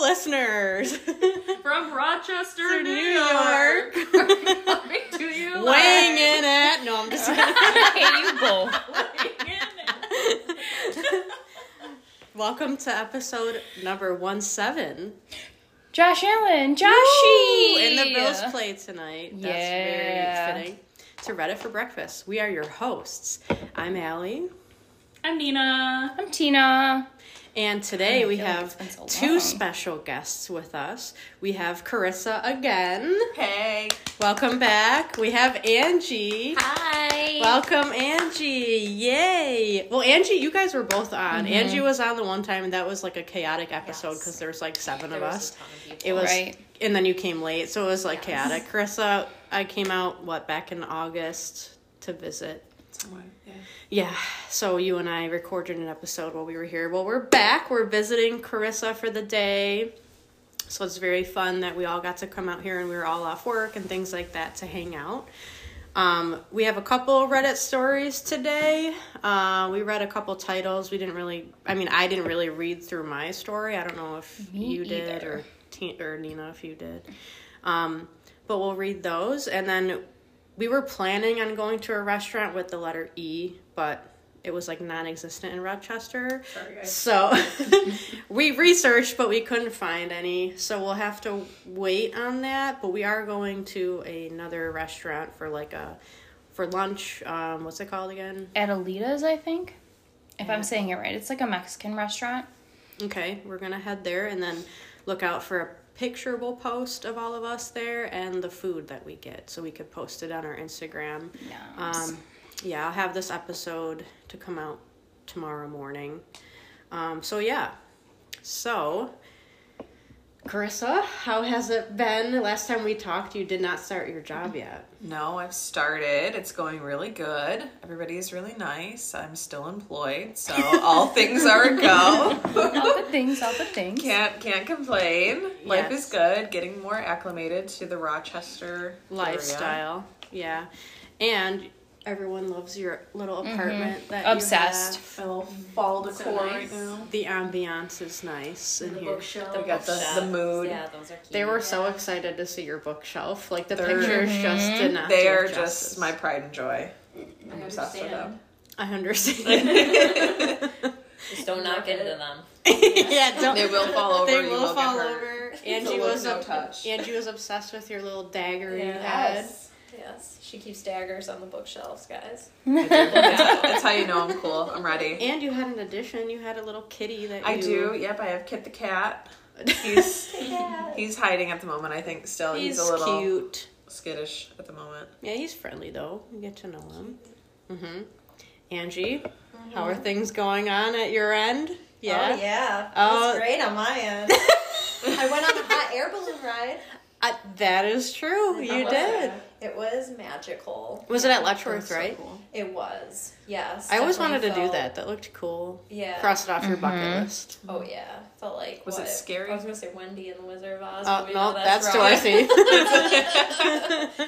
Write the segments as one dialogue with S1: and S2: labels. S1: listeners.
S2: From Rochester,
S1: To
S2: New,
S1: New
S2: York.
S1: York.
S2: Coming to you.
S1: Weighing in at no, I'm just
S3: you both.
S1: Welcome to episode number one seven.
S3: Josh Allen,
S1: Woo!
S3: Joshy!
S1: And the Bills play tonight. That's
S3: Yeah.
S1: very fitting. To Reddit for breakfast. We are your hosts. I'm Allie.
S2: I'm Nina.
S3: I'm Tina.
S1: And today
S3: I
S1: we
S3: feel like it's
S1: have
S3: been so
S1: two
S3: long.
S1: special guests with us. We have Carissa again.
S2: Hey.
S1: Welcome back. We have Angie.
S3: Hi.
S1: Welcome, Angie. Yay. Well, Angie, you guys were both on.
S3: Mm-hmm.
S1: Angie was on the one time, and that was like a chaotic episode because there was like seven of us. It was,
S3: Right.
S1: and then you came late, so it was like chaotic. Carissa, I came out, what, back in August to visit. Yeah, so you and I recorded an episode while we were here. Well, we're back. We're visiting Carissa for the day. So it's very fun that we all got to come out here and we were all off work and things like that to hang out. Um, we have a couple Reddit stories today. Uh, we read a couple titles. We didn't really, I mean, I didn't really read through my story. I don't know if
S3: Me
S1: you did
S3: either.
S1: or, T- or Nina if you did. Um, but we'll read those. And then we were planning on going to a restaurant with the letter E, but it was like non existent in Rochester.
S2: Sorry, guys.
S1: So we researched, but we couldn't find any. So we'll have to wait on that. But we are going to another restaurant for like a for lunch. Um, what's it called again?
S3: At Alita's, I think. If I'm saying it right, it's like a Mexican restaurant.
S1: Okay, we're gonna head there and then look out for a pictureable post of all of us there and the food that we get, so we could post it on our Instagram.
S3: Nice.
S1: Um, yeah, I'll have this episode to come out tomorrow morning. Um, so yeah, so Carissa, how has it been? Last time we talked, you did not start your job yet.
S4: No, I've started. It's going really good. Everybody is really nice. I'm still employed, so all things are a go.
S3: all good things, all good things.
S4: can't can't complain. Life
S1: Yes.
S4: is good. Getting more acclimated to the Rochester area.
S1: Lifestyle, yeah, and everyone loves your little apartment. That
S3: Obsessed.
S1: You
S4: Oh, fall decor right
S2: nice.
S4: now.
S1: have. The ambiance is nice in
S2: The
S1: here.
S2: bookshelf.
S4: We got the, the mood.
S5: Yeah, those are cute.
S1: They were so excited to see your bookshelf. Like the
S4: They're-
S1: pictures just did not.
S4: They
S1: do it
S4: are
S1: justice.
S4: just my pride and joy.
S2: I
S4: I'm obsessed with
S2: understand.
S4: them.
S1: I understand.
S5: Just don't knock into them.
S1: yeah, don't.
S4: They will fall over.
S1: They
S4: you
S1: will
S4: won't get
S1: fall
S4: hurt.
S1: over.
S4: It's a
S1: Angie
S4: look,
S1: was
S4: no
S1: ob-
S4: touch.
S1: Angie was obsessed with your little dagger you had.
S5: Yes. Yes. She keeps daggers on the bookshelves, guys.
S4: That's that's how you know I'm cool. I'm ready.
S1: And you had an addition. You had a little kitty that
S4: I do.
S1: you...
S4: Yep, I have Kit the cat. He's he's hiding at the moment. I think still he's,
S1: Oh, He's
S4: a little
S1: cute.
S4: skittish at the moment.
S1: Yeah, he's friendly though. You get to know him. Mm-hmm. Angie, how are things going on at your end? Yeah.
S5: Oh, yeah.
S1: Oh.
S5: That's great on my end. I went on a hot air balloon ride.
S1: Uh, that is true. You
S5: was
S1: did.
S5: It was magical.
S1: Was it at Letchworth, right?
S5: It was. Yes.
S1: I always wanted
S5: definitely
S1: to do
S5: felt-
S1: that. That looked cool.
S5: Yeah.
S1: Cross it off your bucket list.
S5: Oh yeah. Felt like
S4: Was it
S5: what?
S4: scary?
S5: I was gonna say Wendy and the Wizard of Oz.
S1: Oh,
S5: but we
S1: no,
S5: know that's,
S1: that's,
S5: wrong.
S1: Dorothy.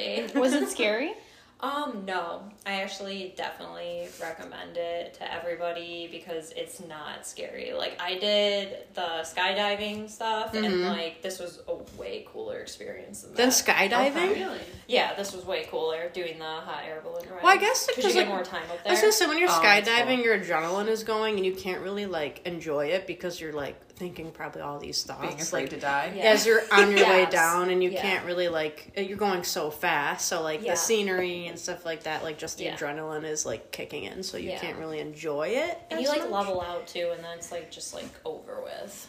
S5: Dorothy.
S3: Was it scary?
S5: Um, no. I actually definitely recommend it to everybody because it's not scary. Like I did the skydiving stuff and
S1: Mhm.
S5: like this was a way cooler experience than
S1: then
S5: that.
S1: skydiving?
S2: Really?
S5: yeah, this was way cooler doing the hot air balloon ride.
S1: Well, I guess it
S5: Could you
S1: just,
S5: get
S1: like-
S5: more time up
S1: I
S5: there.
S1: was gonna say when you're
S4: Oh, that's
S1: skydiving,
S4: cool.
S1: your adrenaline is going and you can't really like enjoy it because you're like thinking probably all these thoughts.
S4: Being afraid
S1: like,
S4: to die.
S5: Yeah.
S1: As you're on your way
S5: Yes.
S1: down and you
S5: Yeah.
S1: can't really like you're going so fast, so like
S5: Yeah.
S1: the scenery and stuff like that, like just the
S5: Yeah.
S1: adrenaline is like kicking in, so you
S5: Yeah.
S1: can't really enjoy it.
S5: and
S1: as
S5: you like
S1: much.
S5: level out too and then it's like just like over with.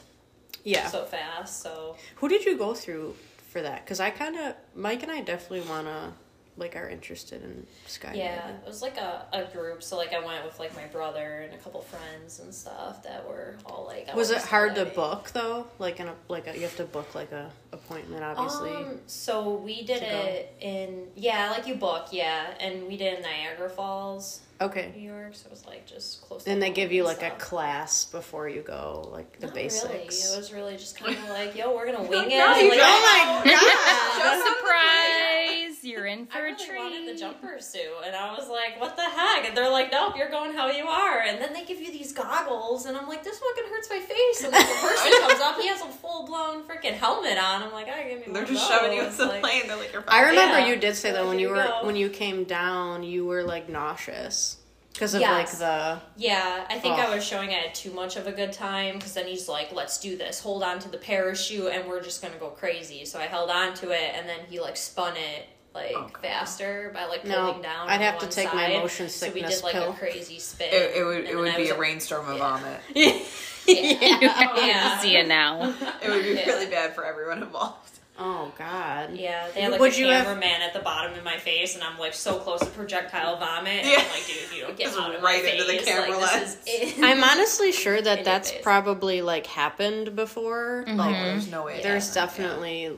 S1: Yeah.
S5: So fast, so
S1: Who did you go through for that? Because I kind of Mike and I definitely wanna like are interested in skydiving.
S5: Yeah, it was like a, a group. So like I went with like my brother and a couple friends and stuff that were all like. I
S1: Was it
S5: went
S1: hard to
S5: skydiving.
S1: book though? Like in a like a, you have to book like a appointment, obviously.
S5: Um, so we did
S1: to go?
S5: it in yeah, like you book yeah, and we did in Niagara Falls,
S1: okay.
S5: New York. So it was like just close. to
S1: And they
S5: home
S1: give you
S5: and
S1: like a
S5: stuff.
S1: class before you go, like the
S5: Not
S1: basics.
S5: Really. It was really just kind of like yo, we're gonna wing it.
S4: No, you
S5: like,
S4: don't.
S1: Oh my god!
S3: Surprise! You're in
S5: I
S3: for a
S5: really
S3: treat.
S5: wanted the jumper suit, and I was like, "What the heck?" And they're like, "Nope, you're going how you are." And then they give you these goggles, and I'm like, "This fucking hurts my face." And then the person comes up, he has a full freaking helmet on. I'm like, I give me. one
S4: They're
S5: of
S4: just shoving you
S5: those,"
S4: in the
S5: like,
S4: plane. They're like, you're
S1: I
S4: fine.
S1: remember
S5: Yeah.
S1: you did say that
S5: Well,
S1: when
S5: there
S1: you
S5: you
S1: were
S5: go.
S1: when you came down, you were like nauseous because of
S5: Yes.
S1: like the
S5: Yeah, I think
S1: Ugh.
S5: I was showing I had too much of a good time because then he's like, "Let's do this. Hold on to the parachute, and we're just gonna go crazy." So I held on to it, and then he like spun it like
S4: Oh, God.
S5: faster by like
S1: No,
S5: pulling down.
S1: I'd
S5: on
S1: have to
S5: one
S1: take my
S5: side.
S1: motion
S5: So we
S1: sickness
S5: did like
S1: pill.
S5: a crazy spin.
S4: It, it would
S5: and
S4: it
S5: then
S4: would
S5: I
S4: be
S5: was
S4: a
S5: like,
S4: rainstorm of
S5: Yeah.
S4: vomit.
S1: yeah.
S3: I
S5: Yeah.
S3: can see it now.
S4: It would be
S5: Yeah.
S4: really bad for everyone involved.
S1: Oh God.
S5: Yeah, they had like
S1: Would
S5: a
S1: you have-
S5: cameraman at the bottom in my face, and I'm like so close to projectile vomit.
S4: Yeah.
S5: And I'm like, dude, if you don't get
S4: Just
S5: out of
S4: right
S5: my
S4: into the
S5: face,
S4: camera
S5: like,
S4: lens.
S5: This is it.
S1: I'm honestly sure
S5: In
S1: that
S5: your
S1: that's
S5: face.
S1: probably like happened
S5: Mm-hmm.
S1: before.
S4: Oh,
S1: Like
S4: there's no way. it
S1: Mm-hmm. there's
S4: happened. Yeah.
S1: definitely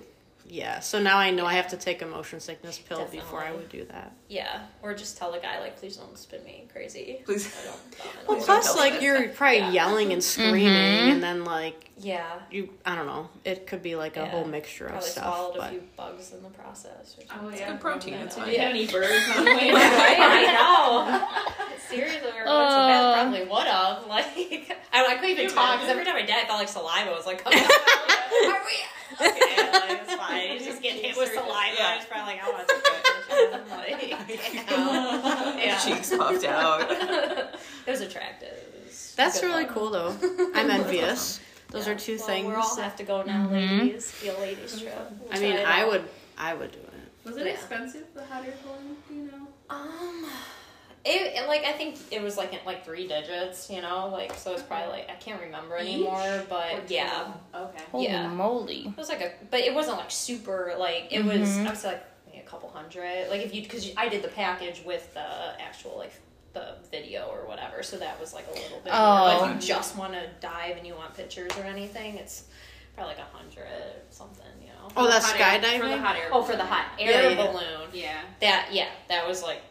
S1: yeah. So now I know I have to take a motion sickness pill before I
S5: Definitely.
S1: would do that.
S5: yeah, or just tell the guy like, please don't spin me crazy.
S4: Please.
S5: I don't vomit.
S1: Well,
S4: Please don't
S1: plus
S4: tell
S1: like
S4: us.
S1: you're probably
S5: Yeah.
S1: yelling and screaming,
S3: Mhm.
S1: and then like
S5: Yeah.
S1: you, I don't know. It could be like a
S5: Yeah.
S1: whole mixture of
S5: Probably
S1: stuff.
S5: swallowed a
S1: But
S5: few bugs in the process. Or something.
S2: Oh, yeah.
S4: good protein,
S5: it's
S2: Did
S4: fine.
S2: you have any birds on the plane?
S5: I know. Seriously, we were going so
S3: Oh.
S5: bad, probably would have. Like, I, I couldn't even talk because every time I did, I felt like saliva was like coming out. Are we? Okay, like, it's fine. It's just getting hit with saliva. I was probably like, oh, I want to. Yeah.
S4: Cheeks puffed out.
S5: yeah. It was attractive. It was
S1: that's
S5: good
S1: really
S5: fun.
S1: cool though. I'm envious. Those
S5: Yeah.
S1: are two
S5: well,
S1: things. Mm-hmm.
S5: We all have to go now,
S3: Mhm.
S5: ladies. Be a ladies trip. We'll
S1: I mean,
S5: try it
S1: I
S5: out.
S1: would, I would do it.
S2: Was it
S5: Yeah.
S2: expensive, the hot air balloon? Do you know?
S5: Um, it, it, like I think it was like in like three digits, you know, like so it's probably like I can't remember anymore,
S2: Or
S5: but
S2: two?
S5: yeah,
S2: Okay.
S3: Holy
S5: Yeah.
S3: moly.
S5: it was like a, but it wasn't like super like it was.
S3: Mhm.
S5: I would say like maybe a couple hundred, like if you because I did the package with the actual like the video or whatever, so that was like a little bit.
S3: Oh.
S5: More. If you just want to dive and you want pictures or anything, it's probably like a hundred or something, you know.
S1: Oh, that's
S2: Hot air- For the
S1: skydiving.
S2: hot air
S5: Oh, for the hot
S2: balloon.
S5: air
S1: Yeah, yeah, yeah.
S5: balloon,
S2: Yeah.
S5: that yeah, that was like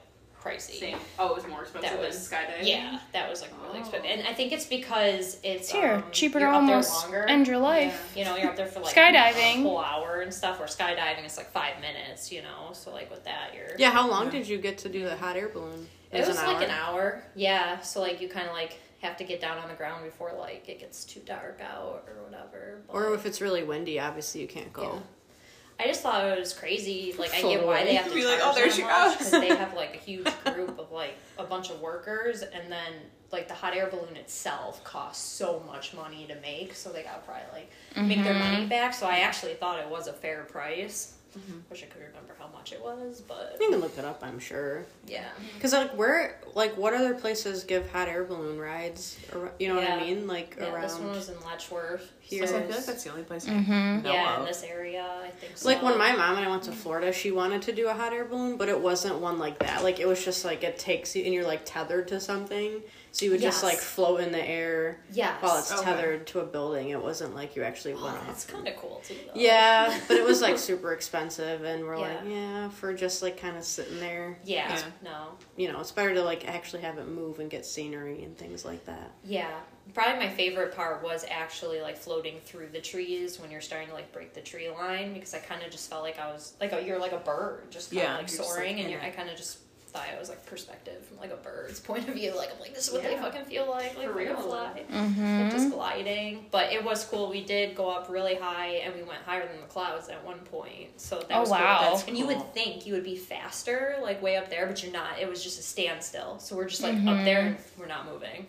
S5: pricey.
S2: Same. Oh, it was more expensive
S5: That
S2: than
S5: was-
S2: skydiving?
S5: Yeah, that was like really
S2: Oh.
S5: expensive, and I think it's because it's
S3: It's here.
S5: um,
S3: Cheaper to
S5: you're up there
S3: almost
S5: longer.
S3: end your life.
S5: you know, you're up there for like
S3: Skydiving.
S5: a whole hour and stuff. Or skydiving is like five minutes, you know. So like with that, you're
S1: Yeah. How long
S4: Yeah.
S1: did you get to do the hot air balloon?
S5: It was like an hour, yeah. So like you kind of like have to get down on the ground before like it gets too dark out or whatever. But
S1: Or if it's really windy, obviously you can't go.
S5: Yeah. I just thought it was crazy. Like I
S1: Float
S5: get why
S1: away.
S5: they have to
S4: Be
S5: charge
S4: like,
S5: like,
S4: "Oh, there she goes."
S5: because they have like a huge group of like a bunch of workers, and then like the hot air balloon itself costs so much money to make, so they got to probably like make their money back. So I actually thought it was a fair price.
S4: Mm-hmm.
S5: Wish I could remember how much it was, but
S1: You can look it up, I'm sure.
S5: yeah,
S1: Cause like where, like what other places give hot air balloon rides? Ar- you know what
S5: Yeah.
S1: I mean? Like
S5: yeah.
S1: around.
S5: This one was in Letchworth
S1: Here.
S5: so
S4: I
S5: it
S4: feel like
S5: was-
S4: that's the only place I
S1: Mm-hmm.
S3: Mhm.
S4: know
S5: yeah, in
S4: of.
S5: this area, I think. So.
S1: Like when my mom and I went to Florida, she wanted to do a hot air balloon, but it wasn't one like that. Like it was just like it takes you and you're like tethered to something. So you would just
S5: Yes.
S1: like float in the air
S5: yes,
S1: while it's
S4: Okay.
S1: tethered to a building. It wasn't like you actually
S5: Oh,
S1: went
S5: that's
S1: off.
S5: kind of cool too. Though.
S1: Yeah, but it was like super expensive and we're like,
S5: Yeah.
S1: yeah, for just like kind of sitting there.
S5: yeah,
S4: Yeah.
S5: no,
S1: You know, it's better to like actually have it move and get scenery and things like that.
S5: Yeah. Probably my favorite part was actually like floating through the trees when you're starting to like break the tree line because I kind of just felt like I was like a, you're like a bird just kind of
S4: Yeah,
S5: like
S4: you're just,
S5: soaring
S4: like,
S5: and you're,
S4: in
S5: I
S4: it.
S5: kind of just thought I was like perspective from like a bird's point of view like I'm like this is what they
S2: Yeah.
S5: fucking feel like like
S2: For
S5: when you
S2: real.
S5: fly like
S3: Mm-hmm.
S5: just gliding but it was cool we did go up really high and we went higher than the clouds at one point so that
S3: Oh,
S5: was
S3: wow.
S5: cool. and you
S4: cool.
S5: would think you would be faster like way up there but you're not it was just a standstill so we're just like
S3: Mm-hmm.
S5: up there and we're not moving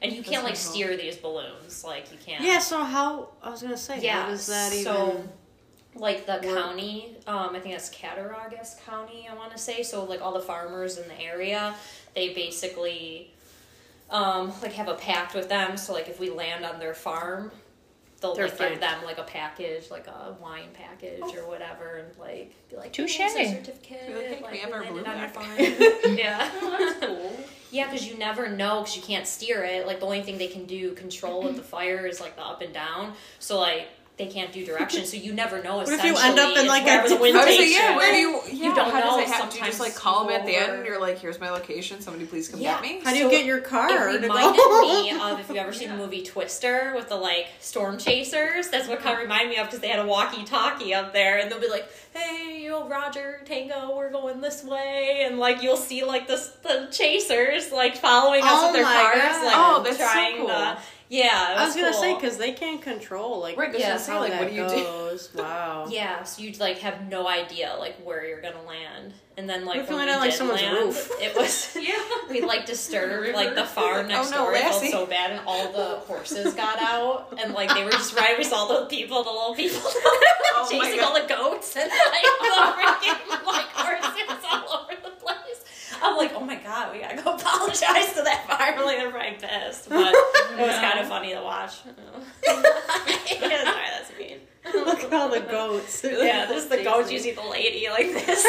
S5: and you can't like
S4: That's pretty
S5: steer these balloons like you can't
S1: Yeah, so how I was gonna say,
S5: yeah
S1: how does that even
S5: so like the
S1: work?
S5: county um, i think that's cattaraugus county i want to say so like all the farmers in the area they basically um, like have a pact with them so like if we land on their farm they'll
S1: They're
S5: like, give
S1: fine.
S5: them like a package like a wine package or whatever and like be like
S3: Touche.
S5: "Here's a certificate
S4: Be like, "Hey, can we have
S5: like, we
S4: our
S5: landed
S4: balloon
S5: on your
S4: back?"
S5: farm yeah
S2: Oh, that's cool.
S5: yeah, because you never know because you can't steer it. Like the only thing they can do control
S1: Mm-hmm.
S5: with the fire is like the up and down. So like they can't do direction. So you never know.
S1: if you end up in,
S5: essentially,
S1: like,
S5: it's wherever
S1: a-
S5: the wind
S4: I was like,
S5: takes
S4: yeah,
S5: you.
S4: where do you? Yeah,
S5: don't
S4: how
S5: know,
S4: Does it happen? Do you just like
S5: sometimes
S4: call them at the
S5: people
S4: end?
S5: were-
S4: And you're like, here's my location. Somebody please come
S5: Yeah.
S4: get me.
S1: how do you
S5: so
S1: get your car?
S5: It
S1: to go?
S5: reminded me of if you've ever seen the movie Twister with the like storm chasers. That's what
S1: Uh-huh.
S5: kind of reminded me of because they had a walkie-talkie up there, and they'll be like, "Hey, you know, Roger Tango, we're going this way," and like you'll see like the the chasers like following us
S1: Oh
S5: with their
S1: my
S5: cars,
S1: God.
S5: like
S4: Oh, that's so
S5: trying
S4: cool.
S5: the Yeah, it
S1: I was gonna
S5: cool.
S1: say because they can't control like
S4: Right, 'cause
S5: Yeah,
S4: I was
S1: how
S4: gonna say, like,
S1: that
S4: what do you do?
S1: goes. Wow.
S5: Yeah, so you'd like have no idea like where you're gonna land, and then like
S1: What if
S5: when
S1: you land
S5: we
S1: on, like,
S5: did
S1: someone's
S5: land,
S1: roof?
S5: it was we like disturbed like the farm
S4: Like, oh,
S5: next
S4: no,
S5: door. It felt
S4: Lassie.
S5: so bad, and all the horses got out, and like they were just riding with all the people, the little people
S4: Oh, my
S5: chasing
S4: God.
S5: all the goats and like the freaking like horses all over the place. I'm like, oh my god, we gotta go apologize to that farm. Like they're probably pissed, but it was kind of funny to watch. Sorry, that's mean.
S1: Look at all the goats.
S5: Yeah, there's the goats
S1: Chasing.
S5: usually the lady like this.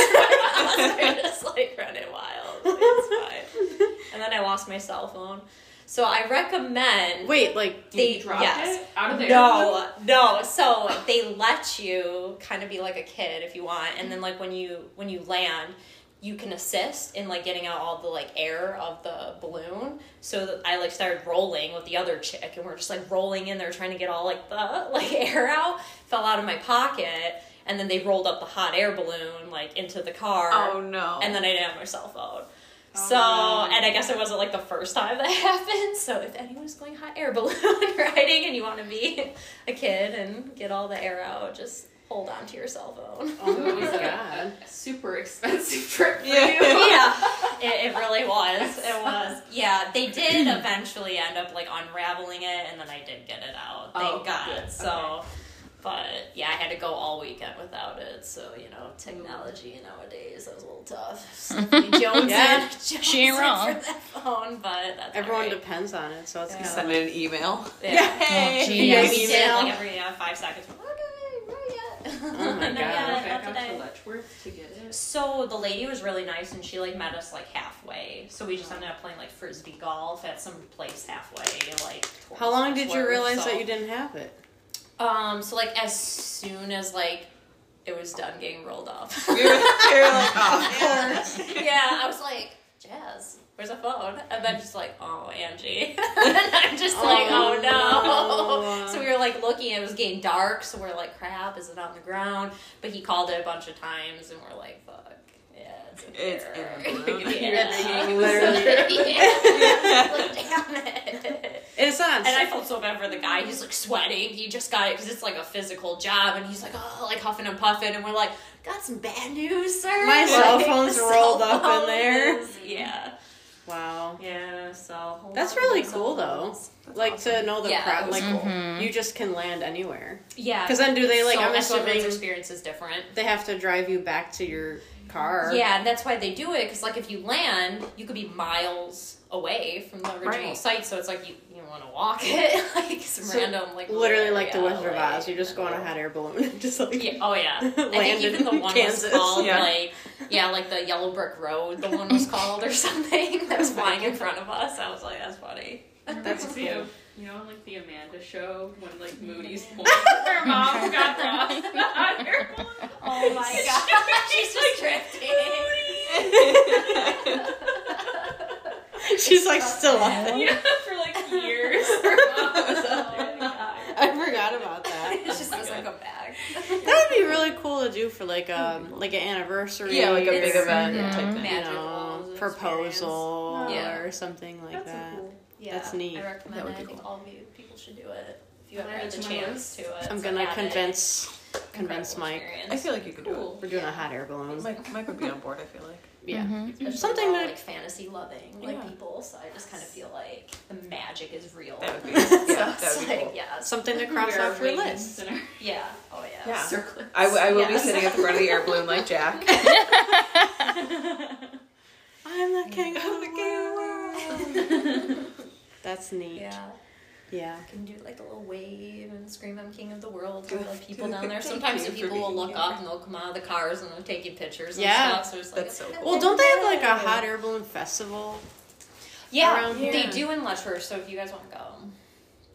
S5: They're just like running wild. It's fine. And then I lost my cell phone. So I recommend
S1: Wait, like
S5: they
S2: dropped
S5: yes.
S2: it out of there.
S5: No, no. So they let you kind of be like a kid if you want, and then like when you when you land, you can assist in like getting out all the like air of the balloon. So that I like started rolling with the other chick, and we're just like rolling in there trying to get all like the like air out. Fell out of my pocket, and then they rolled up the hot air balloon like into the car
S4: Oh no.
S5: and then I didn't have my cell phone. So,
S2: Oh.
S5: and I guess it wasn't like the first time that happened. So, if anyone's going hot air balloon riding and you want to be a kid and get all the air out, just hold on to your cell phone.
S2: Oh my god.
S1: God.
S2: A super expensive trip for
S4: Yeah.
S2: you.
S5: yeah, it, it really was. It was. Yeah, they did eventually end up like unraveling it, and then I did get it out. Thank
S2: Oh,
S5: God.
S2: good.
S5: So, but yeah, I had to go all weekend without it. So you know, technology nowadays that was a little tough. So, Jones,
S1: Yeah.
S3: She ain't wrong.
S5: For that phone, but that's
S1: everyone
S5: all right.
S1: depends on it, so it's
S5: Yeah.
S1: kind of
S4: Send it an email.
S5: Yeah.
S3: Oh,
S5: Yeah,
S3: geez.
S5: we did
S1: Email.
S5: like every uh, five seconds. Okay, not yet.
S1: Oh my
S5: Not
S1: God.
S5: yet,
S2: Back
S5: not
S2: out
S5: today.
S2: to Letchworth to get it.
S5: So the lady was really nice, and she like met us like halfway. So we just ended up playing like frisbee golf at some place halfway. Like towards
S1: How long did you
S5: Letchworth,
S1: realize
S5: so-
S1: that you didn't have it?
S5: Um, so like as soon as like it was done getting rolled up,
S4: We were, we were like, oh, man.
S5: yeah, I was like, Jazz, where's the phone? And then just like, oh, Angie. and I'm just like,
S1: Oh,
S5: oh no.
S1: no.
S5: So we were like looking, it was getting dark, so we're like, crap, is it on the ground? But he called it a bunch of times, and we're like, fuck. Yeah, it's in
S4: It's
S5: there."
S4: in the room.
S5: yeah.
S1: You're literally-
S5: Yeah. Like, damn it.
S1: It's not.
S5: And I felt so bad for the guy. He's like sweating. He just got it because it's like a physical job, and he's like, oh, like huffing and puffing, and we're like, got some bad news, sir.
S1: My cell
S5: Like,
S1: phone's
S5: the cell
S1: rolled up in
S5: phone
S1: there.
S5: is- yeah,
S1: wow.
S5: yeah. So hold
S1: That's
S5: on to
S1: really
S5: your
S1: cool,
S5: cell
S1: though.
S5: phones.
S1: Like to know the
S5: Yeah,
S1: crowd,
S5: it was
S1: like
S3: Mm-hmm.
S1: you just can land anywhere.
S5: Yeah,
S1: 'Cause then do they, like,
S5: So
S1: I'm
S5: everyone's
S1: assuming-
S5: experience is different.
S1: They have to drive you back to your car.
S5: Yeah, and that's why they do it because like if you land, you could be miles away from the original
S4: Right.
S5: site, so it's like you you want to walk it like some
S1: So,
S5: random like
S1: Literally,
S5: little
S1: like the
S5: area,
S1: Wizard of
S5: like-
S1: Oz, you just go on a hot air balloon, and just like
S5: Yeah, oh yeah. I think
S1: Landed
S5: even the
S1: in
S5: one
S1: Kansas.
S5: was called
S4: Yeah.
S5: like yeah, like the Yellow Brick Road. The one was called or something that was flying in front of us. I was like, that's funny.
S1: That's
S2: Reminds me
S1: cool.
S2: of, You know, like the Amanda show when like Moody's pulling her mom got lost in the hot air balloon.
S5: Oh my god, she's just drifting.
S1: she's like still on it.
S2: Yeah, for like years. Her mom was
S5: Oh
S2: out there.
S1: I forgot about that.
S5: It just doesn't come back.
S1: That would be really cool to do for like um like an anniversary.
S4: Yeah, like a
S1: or,
S4: big event Mm-hmm. type thing.
S1: You
S5: Magical
S1: know,
S5: experience.
S1: proposal
S5: Yeah.
S1: or something like
S2: That's
S1: that.
S2: so cool.
S5: Yeah,
S1: That's neat.
S5: I
S4: That
S5: recommend
S4: would
S5: it.
S4: be
S5: I think
S4: cool.
S5: all of you people should do it if you
S2: Can
S5: ever
S2: I
S5: had
S2: add
S5: the
S2: to my
S5: chance to it.
S1: I'm
S5: So
S1: gonna
S5: have it.
S1: convince
S5: Incredible
S1: convince Mike.
S5: experience.
S4: I feel like you could do it.
S2: Cool.
S1: We're doing
S5: Yeah.
S1: a hot air balloon.
S4: Mike, Mike would be on board, I feel like.
S1: Yeah.
S5: Especially
S1: Something
S5: we're all,
S1: that-
S5: like fantasy loving like
S4: Yeah.
S5: people, so I just kind of feel like the magic is real.
S4: That would be,
S5: So
S4: yeah, that
S5: it's
S4: would be
S5: like,
S4: cool.
S5: yeah, it's-
S1: Something to cross
S2: We are
S1: off your
S2: wings
S1: list.
S2: in our
S5: yeah, oh yeah.
S4: Yeah.
S2: circlets.
S4: I, w- I will be
S5: Yeah.
S4: sitting at the front of the air balloon like Jack.
S1: I'm the king of the world. That's neat. Yeah.
S5: Yeah, you can do like a little wave and scream, "I'm king of the world!" to
S4: Do-
S5: the people
S4: do-
S5: down there.
S4: thank
S5: Sometimes
S4: you
S5: the
S4: for
S5: people will
S4: being
S5: look
S4: here.
S5: up and they'll come out of the cars and they'll take you pictures and
S1: Yeah.
S5: stuff. So it's like,
S4: That's so
S5: "Oh,
S4: cool.
S1: Well, don't they have like a hot air balloon festival?
S5: yeah,
S1: around
S5: they
S1: here?
S5: do in Letchworth. So if you guys want to go,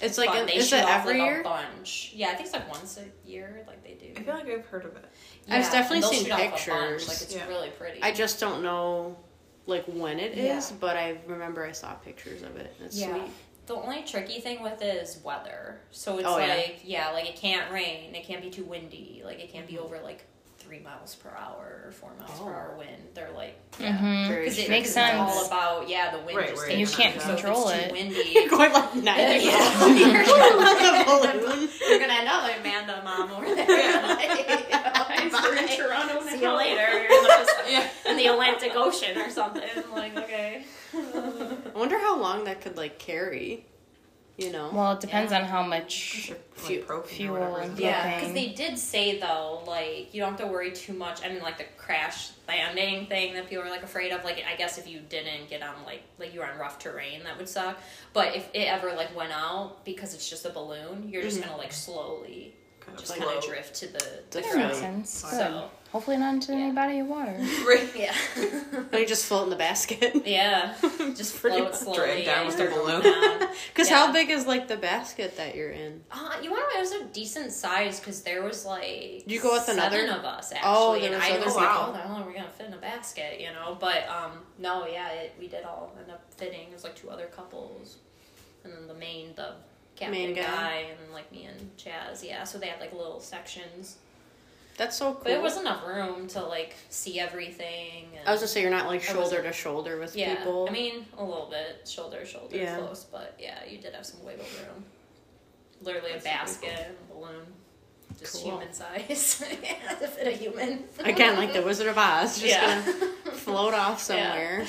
S1: It's like
S5: fun.
S1: an,
S5: they
S1: is
S5: shoot
S1: it
S5: off,
S1: every
S5: like,
S1: year?
S5: A bunch. Yeah, I think it's like once a year. Like they do.
S4: I feel like I've heard of it.
S5: Yeah,
S1: I've definitely
S5: and they'll
S1: seen
S5: shoot off a bunch,
S1: pictures.
S5: Like it's
S4: Yeah.
S5: really pretty.
S1: I just don't know like when it is,
S5: Yeah.
S1: but I remember I saw pictures of it. It's
S5: Yeah.
S1: sweet.
S5: The only tricky thing with it is weather. So it's
S1: Oh, yeah.
S5: like, yeah. like it can't rain, it can't be too windy, like it can't be over like three miles per hour or four miles
S4: Mm-hmm. Oh.
S5: per hour wind. They're like,
S3: Mhm.
S1: Very
S5: 'cause it-
S1: strict.
S3: Makes
S5: 'cause
S3: sense.
S5: It's all about yeah, the wind
S4: Right,
S5: just
S4: where you're not
S5: takes it.
S4: gonna-
S5: So if
S3: control
S5: it's
S3: it.
S5: too windy.
S1: going like 90
S5: Yeah.
S1: the balloon.
S5: You're gonna end up like Amanda, mom, over there.
S2: Guys, we're in Toronto
S5: See you
S2: now.
S5: later. in the-
S4: Yeah.
S5: In the Atlantic Ocean or something. Like, okay.
S1: I wonder how long that could like carry. You know.
S3: Well, it depends
S5: Yeah.
S3: on how much.
S1: Fu-
S4: Like propane
S3: fuel
S4: or whatever.
S3: and-
S4: isn't it?
S5: Yeah,
S3: Okay.
S5: because they did say though, like you don't have to worry too much. I mean, like the crash landing thing that people are like afraid of. Like I guess if you didn't get on like like you were on rough terrain, that would suck. But if it ever like went out because it's just a balloon, you're just
S1: Mhm.
S5: gonna like slowly
S4: Kind of
S5: just
S4: like
S5: kind of
S4: low.
S5: drift to the, the
S1: That
S3: That
S1: Right.
S3: makes
S5: ground.
S3: sense. Good.
S5: So
S3: Hopefully not into
S5: Yeah.
S3: any body of water.
S4: Right.
S5: yeah,
S1: And you just float in the basket.
S5: yeah, just
S1: Pretty
S5: float
S1: much.
S5: slowly.
S4: Drag down
S5: and
S4: with the
S5: you're going
S4: balloon.
S5: down.
S1: Because
S5: Yeah.
S1: how big is like the basket that you're in?
S5: Uh, you want to know, it was a decent size because there was like
S1: You go with
S5: seven
S1: another-
S5: of us actually,
S1: Oh, there
S5: and
S1: was
S5: I
S1: other
S5: was like,
S4: people.
S5: oh, the hell are we gonna fit in a basket, you know? But um, no, yeah, it, we did all end up fitting. It was like two other couples, and then the main, the captain
S1: Main
S5: guy.
S1: guy.
S5: and then like me and Chaz, yeah. So they had like little sections,
S1: That's so cool.
S5: but it was enough room to like see everything. And,
S1: I was gonna say you're not like
S5: I
S1: shoulder to shoulder with
S5: yeah,
S1: people.
S5: I mean a little bit shoulder to shoulder
S1: Yeah.
S5: close, but yeah, you did have some wiggle room. Literally a
S4: That's
S5: basket
S4: pretty
S5: and a balloon, just
S1: Cool.
S5: human size. yeah, to fit a human.
S1: again, like the Wizard of Oz, just
S5: yeah.
S1: gonna float off
S5: Yeah.
S1: somewhere.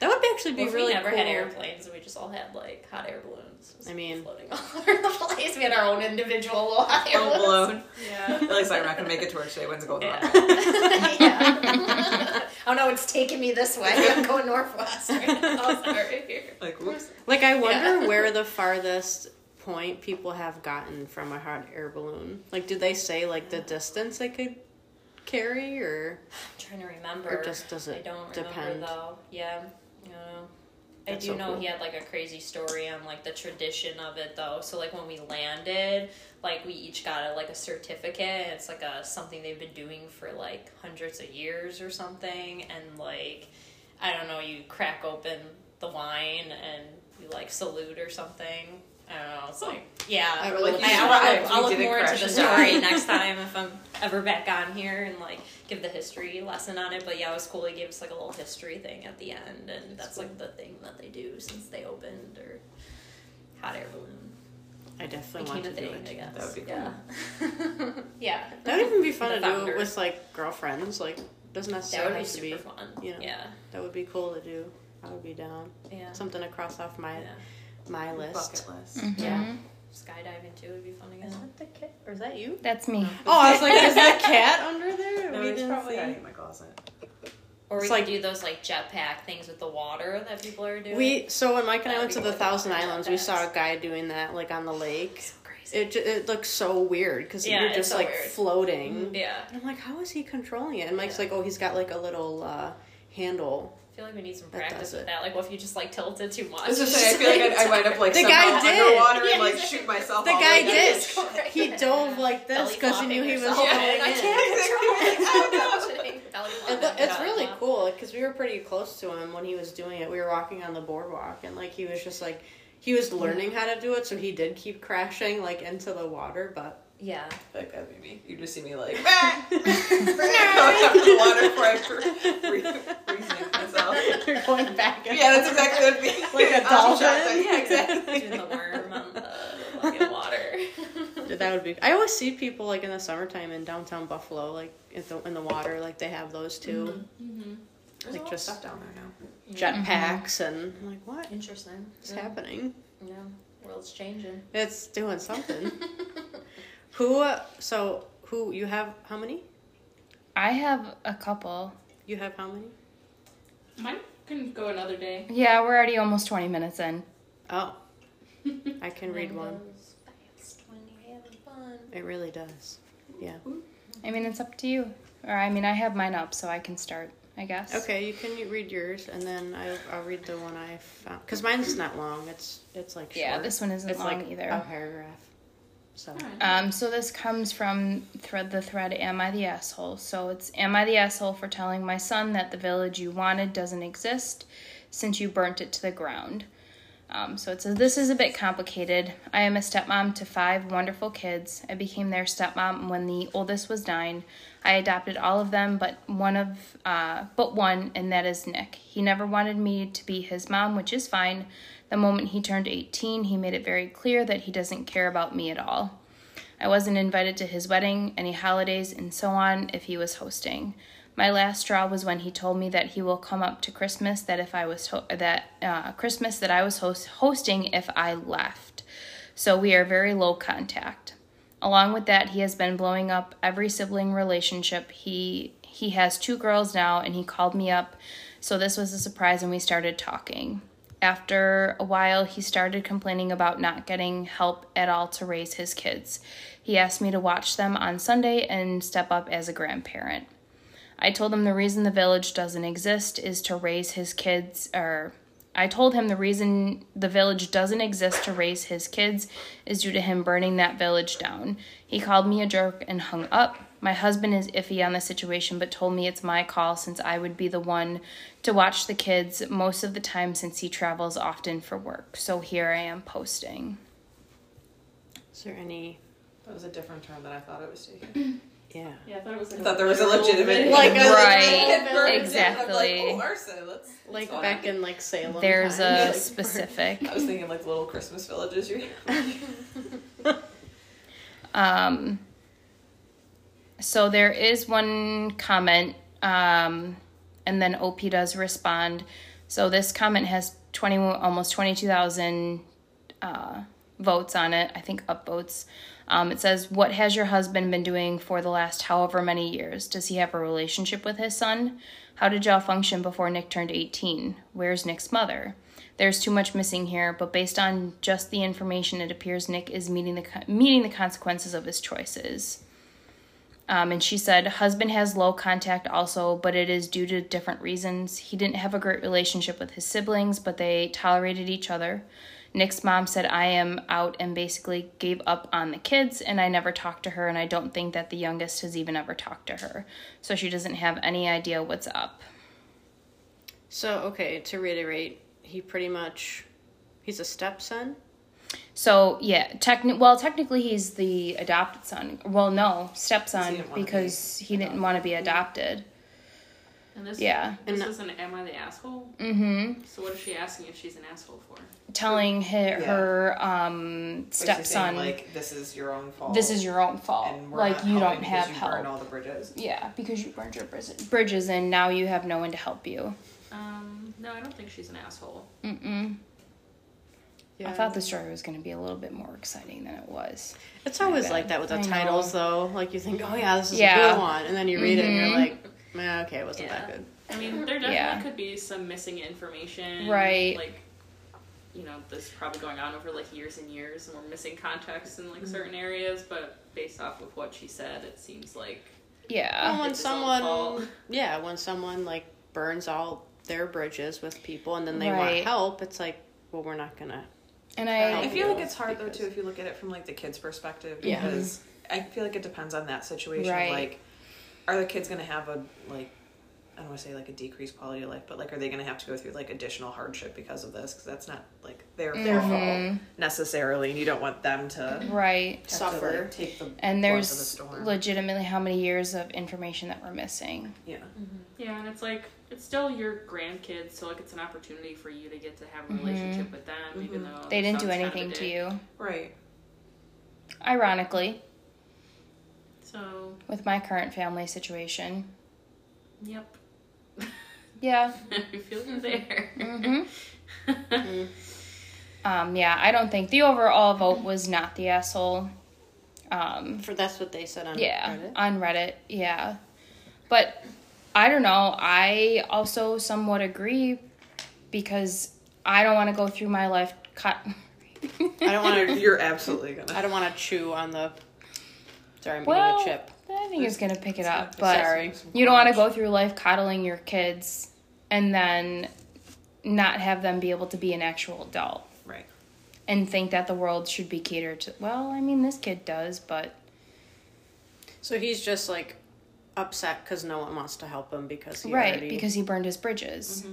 S1: That would be actually be
S5: Well, if
S1: really
S5: we never
S1: cool.
S5: had airplanes. We just all had like hot air balloons. just
S1: I mean-
S5: floating all over the place. We had our own individual little hot air
S4: Full
S5: balloons.
S4: blown.
S2: Yeah.
S4: At least I'm not gonna make it to work today. When's it going
S5: Yeah.
S4: on?
S5: yeah. oh no, it's taking me this way. I'm going northwest. Right now. Sorry.
S4: Like, whoops.
S1: Like I wonder
S5: Yeah.
S1: where the farthest point people have gotten from a hot air balloon. Like, did they say like the distance they could carry, or
S5: trying to remember.
S1: or just does
S5: I
S1: it
S5: don't remember
S1: depend?
S5: though. Yeah, I don't know. I
S1: That's
S5: do
S1: so
S5: know
S1: cool.
S5: he had like a crazy story on like the tradition of it though. So like when we landed, like we each got a, like a certificate. It's like a something they've been doing for like hundreds of years or something. And like I don't know, you crack open the wine and you like salute or something. I don't know. It's like yeah.
S1: I
S5: I,
S1: really
S5: will
S1: like
S5: I'll,
S4: survived.
S5: I'll
S4: You
S5: look
S4: didn't
S5: more into
S4: crash
S5: the
S4: and die.
S5: story next time if I'm ever back on here and like give the history lesson on it. But yeah, it was cool. They gave us like a little history thing at the end, and that's like the thing that they do since they opened or hot air balloon
S1: I definitely
S5: became
S1: want
S5: a
S1: to do
S5: thing. I
S1: it.
S5: guess
S4: That would be
S5: yeah, yeah.
S1: That would even be fun
S5: The
S1: to
S5: founder.
S1: do with like girlfriends. Like, doesn't
S5: That
S1: necessarily
S5: would be
S1: have to
S5: super
S1: be.
S5: fun.
S1: you know.
S5: Yeah,
S1: That would be cool to do. I would be down.
S5: yeah.
S1: Something to cross off my
S5: yeah.
S1: my list.
S4: Bucket list.
S5: Yeah.
S3: Yeah.
S5: Skydiving too would be fun, I guess.
S1: Is that the cat? Or is that you?
S3: That's me.
S1: Oh, I was like, is the cat under there?
S4: No,
S1: we
S4: it's
S1: didn't
S4: probably
S1: see.
S4: hiding in my closet.
S5: Or we
S1: It's
S5: could
S1: like-
S5: do those like jetpack things with the water that people are doing.
S1: We so when Mike and I
S5: That'd
S1: went
S5: be
S1: to the
S5: cool.
S1: Thousand Islands, we saw a
S5: That's-
S1: guy doing that like on the lake.
S5: so crazy.
S1: It ju- it looks so weird because
S5: Yeah,
S1: you're
S5: it's
S1: just
S5: so
S1: like
S5: weird.
S1: floating.
S5: yeah.
S1: And I'm like, how is he controlling it? And Mike's
S5: Yeah.
S1: like, oh, he's got like a little uh, handle.
S5: I feel like we need some
S1: That
S5: practice
S1: does
S5: with
S1: it.
S5: that. Like, what if you just like tilt it too much?
S4: I was just saying, I feel like I, I might have like
S1: The
S4: somehow
S1: guy did.
S4: underwater
S5: Yeah,
S4: and like
S5: he's-
S4: shoot myself.
S1: The
S4: all
S1: guy
S4: way down.
S1: did. Oh,
S5: Right.
S1: He dove like this
S5: Belly
S1: because he knew
S5: flopping
S1: he was
S5: yourself.
S1: going
S5: Yeah,
S1: in.
S5: I
S4: Oh,
S5: can't control it. Belly
S1: It,
S5: flopping.
S1: it's
S5: Yeah.
S1: really cool because we were pretty close to him when he was doing it. We were walking on the boardwalk, and like he was just like he was learning how to do it, so he did keep crashing like into the water. But
S5: Yeah.
S4: Like that would be me. You just see me like "Ah, ah, ah," out of the water before I fr- re- re- myself.
S1: you're going back. And
S4: Yeah, that's exactly what it'd be.
S1: Like a
S4: I was just
S1: dolphin?
S4: shocked. Yeah, exactly.
S5: Doing the worm on
S1: um,
S5: the fucking water.
S1: that would be. I always see people like in the summertime in downtown Buffalo, like in the in the water, like they have those
S3: Mm-hmm.
S1: too,
S2: Mm-hmm.
S4: There's a lot of
S1: just-
S4: stuff down there now.
S1: jet packs, and I'm like what
S5: Interesting.
S1: is happening?
S5: Yeah. World's changing.
S1: It's doing something. who? Uh, so who? You have how many?
S3: I have a couple.
S1: You have how many?
S2: Mine can go another day.
S3: Yeah, we're already almost 20 minutes in.
S1: Oh, I can read one.
S5: Goes fast when you're having fun.
S1: It really does. Yeah.
S3: I mean, it's up to you. Or, I mean, I have mine up, so I can start, I guess.
S1: Okay, you can you read yours, and then I, I'll read the one I found. Because mine's not long. It's it's like
S3: Yeah,
S1: short.
S3: this one isn't
S1: it's
S3: long
S1: like
S3: either.
S1: a paragraph. So
S2: Alright.
S3: Um, so this comes from thread the thread am I the asshole? So it's am I the asshole for telling my son that the village you wanted doesn't exist since you burnt it to the ground? Um, so it says, This is a bit complicated. I am a stepmom to five wonderful kids. I became their stepmom when the oldest was nine. I adopted all of them, but one of, uh, but one, and that is Nick. He never wanted me to be his mom, which is fine. The moment he turned 18, he made it very clear that he doesn't care about me at all. I wasn't invited to his wedding, any holidays, and so on if he was hosting. My last straw was when he told me that he will come up to Christmas that if I was ho- that uh, Christmas that I was host- hosting if I left. So we are very low contact. Along with that, he has been blowing up every sibling relationship. He he has two girls now, and he called me up, so this was a surprise, and we started talking. After a while, he started complaining about not getting help at all to raise his kids. He asked me to watch them on Sunday and step up as a grandparent. I told him the reason the village doesn't exist is to raise his kids or I told him the reason the village doesn't exist to raise his kids is due to him burning that village down. He called me a jerk and hung up. My husband is iffy on the situation but told me it's my call since I would be the one to watch the kids most of the time since he travels often for work. So here I am posting.
S1: Is there any?
S4: That was a different term than I thought it was taking.
S1: Yeah.
S2: Yeah, I thought it was. Like
S4: I thought there was a legitimate
S1: Like a-
S3: Right,
S4: Burn it down.
S3: exactly.
S4: I'm like, oh, arson. Let's,
S1: Like
S4: let's
S1: back in like Salem.
S3: There's a
S1: times.
S3: specific
S4: I was thinking like the little Christmas villages. You
S3: Um, so there is one comment, um, and then OP does respond. So this comment has twenty almost twenty two thousand uh, votes on it. I think upvotes. Um, it says, "What has your husband been doing for the last however many years? Does he have a relationship with his son? How did y'all function before Nick turned eighteen? Where's Nick's mother?" There's too much missing here, but based on just the information, it appears Nick is meeting the co- meeting the consequences of his choices. Um, and she said, husband has low contact also, but it is due to different reasons. He didn't have a great relationship with his siblings, but they tolerated each other. Nick's mom said, I am out and basically gave up on the kids, and I never talked to her, and I don't think that the youngest has even ever talked to her. So she doesn't have any idea what's up.
S1: So okay, to reiterate, he pretty much he's a stepson.
S3: So yeah, techni- well technically he's the adopted son. Well, no,
S4: He
S3: stepson
S4: didn't wanna
S3: because he didn't want to be adopted.
S2: And this,
S3: Yeah.
S2: This
S1: And-
S2: is an Am I the Asshole?
S3: Mm-hmm.
S2: So what is she asking if she's an asshole for?
S3: Telling her,
S4: Yeah.
S3: her um,
S4: Basically saying,
S3: stepson,
S4: Like this is your own fault.
S3: this is your own fault.
S4: and we're
S3: Like
S4: not
S3: you
S4: helping
S3: don't
S4: because
S3: have
S4: you
S3: help.
S4: Burn all the bridges.
S3: yeah, because you burned your bris- bridges and now you have no one to help you.
S2: Um, no, I don't think she's an asshole.
S3: Mm-mm. I thought the story was going to be a little bit more exciting than it was.
S1: it's always
S3: bad.
S1: like that with the
S3: I know.
S1: titles, though. Like you think, oh yeah, Mm-hmm. this is a
S3: Yeah.
S1: good one, and then you read it and
S3: Mhm.
S1: you're like, man, okay, it wasn't that
S2: Yeah.
S1: good.
S2: I mean, there definitely
S3: Yeah.
S2: could be some missing information.
S3: Right.
S2: Like, you know, this is probably going on over like years and years, and we're missing context in like certain areas. But based off of what she said, it seems like
S1: Well,
S3: Yeah.
S1: Oh, when
S2: It's his own
S1: someone,
S2: fault.
S1: yeah, when someone like burns all their bridges with people and then they want
S3: Right.
S1: help, it's like, well, we're not gonna.
S3: And
S4: I
S1: I
S3: I
S4: feel like
S1: feel
S4: it's hard though
S1: because-
S4: too if you look at it from like the kid's perspective
S1: Yeah.
S4: because I feel like it depends on that situation.
S3: Right.
S4: Like, are the kids gonna have a like? I don't want to say like a decreased quality of life, but like, are they gonna have to go through like additional hardship because of this? Because that's not like their their fault
S3: Mhm.
S4: necessarily, and you don't want them to have to,
S3: right.
S4: like,
S1: Suffer.
S4: take the
S3: And
S4: brunt
S3: there's
S4: of the storm.
S3: legitimately how many years of information that we're missing.
S4: yeah.
S2: yeah, and it's like it's still your grandkids, so like it's an opportunity for you to get to have a relationship with them, even though
S3: Mm-hmm. They
S2: their
S3: didn't do
S2: son's kind of a
S3: anything to
S2: dick.
S3: you.
S4: Right.
S3: Ironically,
S2: So,
S3: with my current family situation.
S2: yep,
S3: Yeah.
S2: I feel you there.
S3: hmm
S4: Mm-hmm.
S1: Mm.
S3: Um, yeah, I don't think the overall vote was not the asshole. Um,
S1: For that's what they said on
S3: yeah,
S1: Reddit.
S3: on Reddit. Yeah. But I don't know. I also somewhat agree because I don't want to go through my life cut.
S1: I don't want to.
S4: You're absolutely gonna.
S1: I don't want to chew on the. Sorry, I'm
S3: Well,
S1: eating a chip.
S3: I think it's going to pick it up. But
S1: Sorry.
S3: You don't want to go through life coddling your kids and then not have them be able to be an actual adult
S4: Right.
S3: and think that the world should be catered to. Well, I mean, this kid does, but
S1: So he's just like upset because no one wants to help him because he
S3: right
S1: already Mm-hmm.
S3: because he burned his bridges.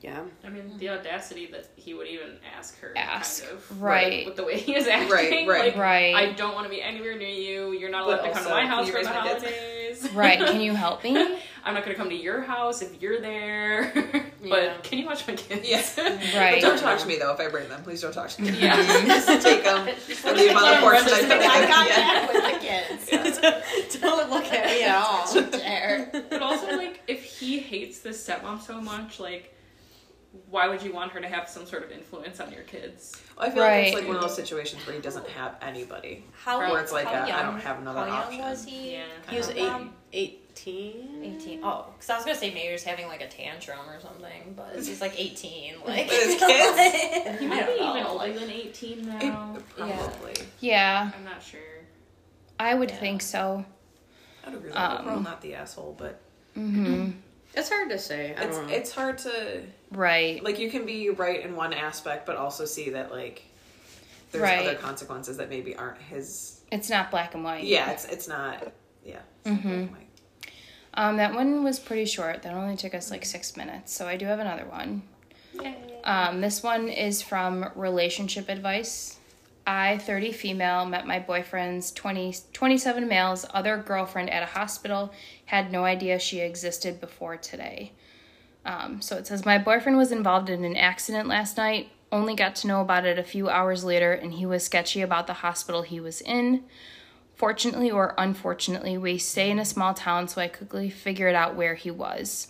S1: Yeah.
S2: I mean, the audacity that he would even ask her.
S3: Ask,
S2: Kind of,
S3: right.
S2: With the way he was acting.
S4: Right, right.
S2: Like,
S3: Right.
S2: I don't want to be anywhere near you. You're not allowed
S4: But
S2: to come
S4: also,
S2: to my
S4: can
S2: house
S4: you
S2: for
S4: raise
S2: the
S4: my kids?
S2: holidays.
S3: Right. Can you help me?
S2: I'm not going to come to your house if you're there. but
S1: Yeah.
S2: can you watch my kids?
S4: Yes.
S3: Right.
S4: Don't talk to me though if I bring them. Please don't talk to me.
S2: Yeah.
S4: Just take them. And leave them on the porch and I put them
S5: I
S4: in.
S5: got
S4: Yeah.
S5: back with the kids. Don't look at me at all. Dare.
S2: But also, like, if he hates this stepmom so much, like, why would you want her to have some sort of influence on your kids?
S4: I feel like it's
S3: Right.
S4: like one of those situations where he doesn't have anybody.
S5: How,
S4: Where it's like,
S5: how
S4: uh, I
S5: young,
S4: don't have another
S5: how young
S4: option.
S5: was he?
S2: Yeah.
S1: He was eight,
S5: Um,
S1: 18?
S5: 18. Oh, because I was going to say maybe he was having like a tantrum or something, but he's like 18. Like,
S4: With his kids?
S5: I
S2: He might be
S5: don't know,
S2: even older
S5: like-
S2: than 18
S4: It- uh,
S2: now.
S4: probably.
S3: Yeah,
S2: I'm not sure.
S3: I would
S5: Yeah.
S3: think so.
S4: I'd agree with that.
S3: Um,
S4: Well, not the asshole, but
S3: hmm
S1: It's hard to say. I
S4: it's
S1: don't know.
S4: it's hard to
S3: Right.
S4: like you can be right in one aspect, but also see that like there's
S3: Right.
S4: other consequences that maybe aren't his.
S3: It's not black and white.
S4: Yeah, it's it's not. Yeah.
S3: Mm-hmm.
S4: It's not black and white.
S3: Um, that one was pretty short. That only took us like six minutes. So I do have another one. Um, this one is from Relationship Advice. I, 30 female, met my boyfriend's 20, 27 male's other girlfriend at a hospital, had no idea she existed before today. Um, so it says, My boyfriend was involved in an accident last night, only got to know about it a few hours later, and he was sketchy about the hospital he was in. Fortunately or unfortunately, we stay in a small town, so I quickly figured out where he was.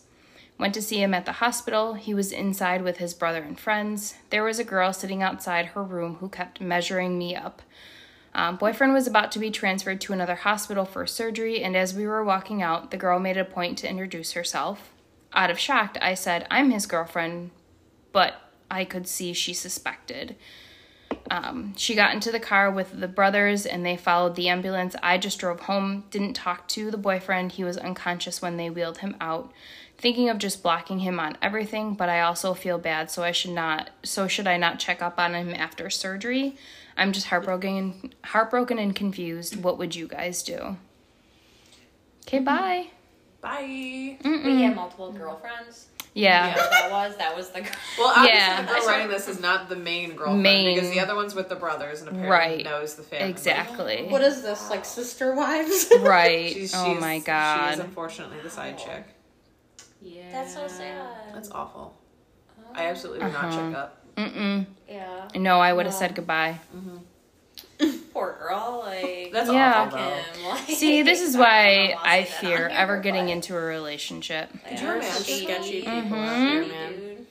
S3: Went to see him at the hospital. He was inside with his brother and friends. There was a girl sitting outside her room who kept measuring me up. Um, boyfriend was about to be transferred to another hospital for surgery, and as we were walking out, the girl made a point to introduce herself. Out of shock, I said, I'm his girlfriend, but I could see she suspected. Um, she got into the car with the brothers and they followed the ambulance. I just drove home, didn't talk to the boyfriend. He was unconscious when they wheeled him out. Thinking of just blocking him on everything, but I also feel bad, so I should not. So should I not check up on him after surgery? I'm just heartbroken, heartbroken and confused. What would you guys do? Okay, bye.
S4: Bye.
S3: Mm-hmm.
S5: But he had multiple girlfriends.
S3: Yeah,
S5: Yeah, that was that was the.
S4: Well, obviously
S3: Yeah.
S4: the girl writing this is not the main girlfriend
S3: Main.
S4: because the other one's with the brothers and apparently
S3: Right.
S4: knows the family.
S3: exactly.
S1: what is this? Like sister wives?
S3: right.
S4: She's,
S3: oh
S4: she's-
S3: my
S4: She is
S3: god.
S4: unfortunately the side chick.
S2: Yeah.
S5: That's so sad.
S4: That's awful. I absolutely would not
S3: Uh-huh.
S4: check up.
S3: Mm
S5: Yeah.
S3: mm. No, I would have
S5: No.
S3: said goodbye.
S5: Poor girl. Like.
S4: That's
S3: Yeah.
S4: awful though.
S5: him, like-
S3: See, this is
S5: I don't
S3: why
S5: know, I'll
S3: I
S5: say that
S3: fear
S5: on
S3: ever
S5: here,
S3: getting
S5: but-
S3: into a relationship.
S5: Yeah,
S4: you
S5: it's
S4: imagine?
S5: shady.
S1: sketchy
S5: Mm-hmm.
S1: people out
S3: Mhm.
S1: there, man.
S5: Dude.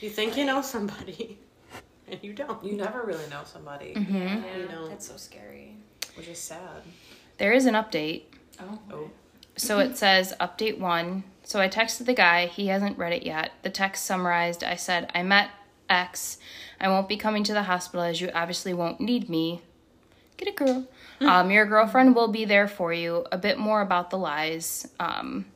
S1: You think you know somebody, and you don't.
S4: You never really know somebody,
S3: Mhm.
S1: You know.
S5: That's so scary.
S4: which is sad.
S3: There is an update.
S2: Oh.
S4: Oh.
S3: So it says update one. So I texted the guy. He hasn't read it yet. The text summarized I said, I met X. I won't be coming to the hospital as you obviously won't need me. Get a girl. Um, your girlfriend will be there for you. A bit more about the lies. Um,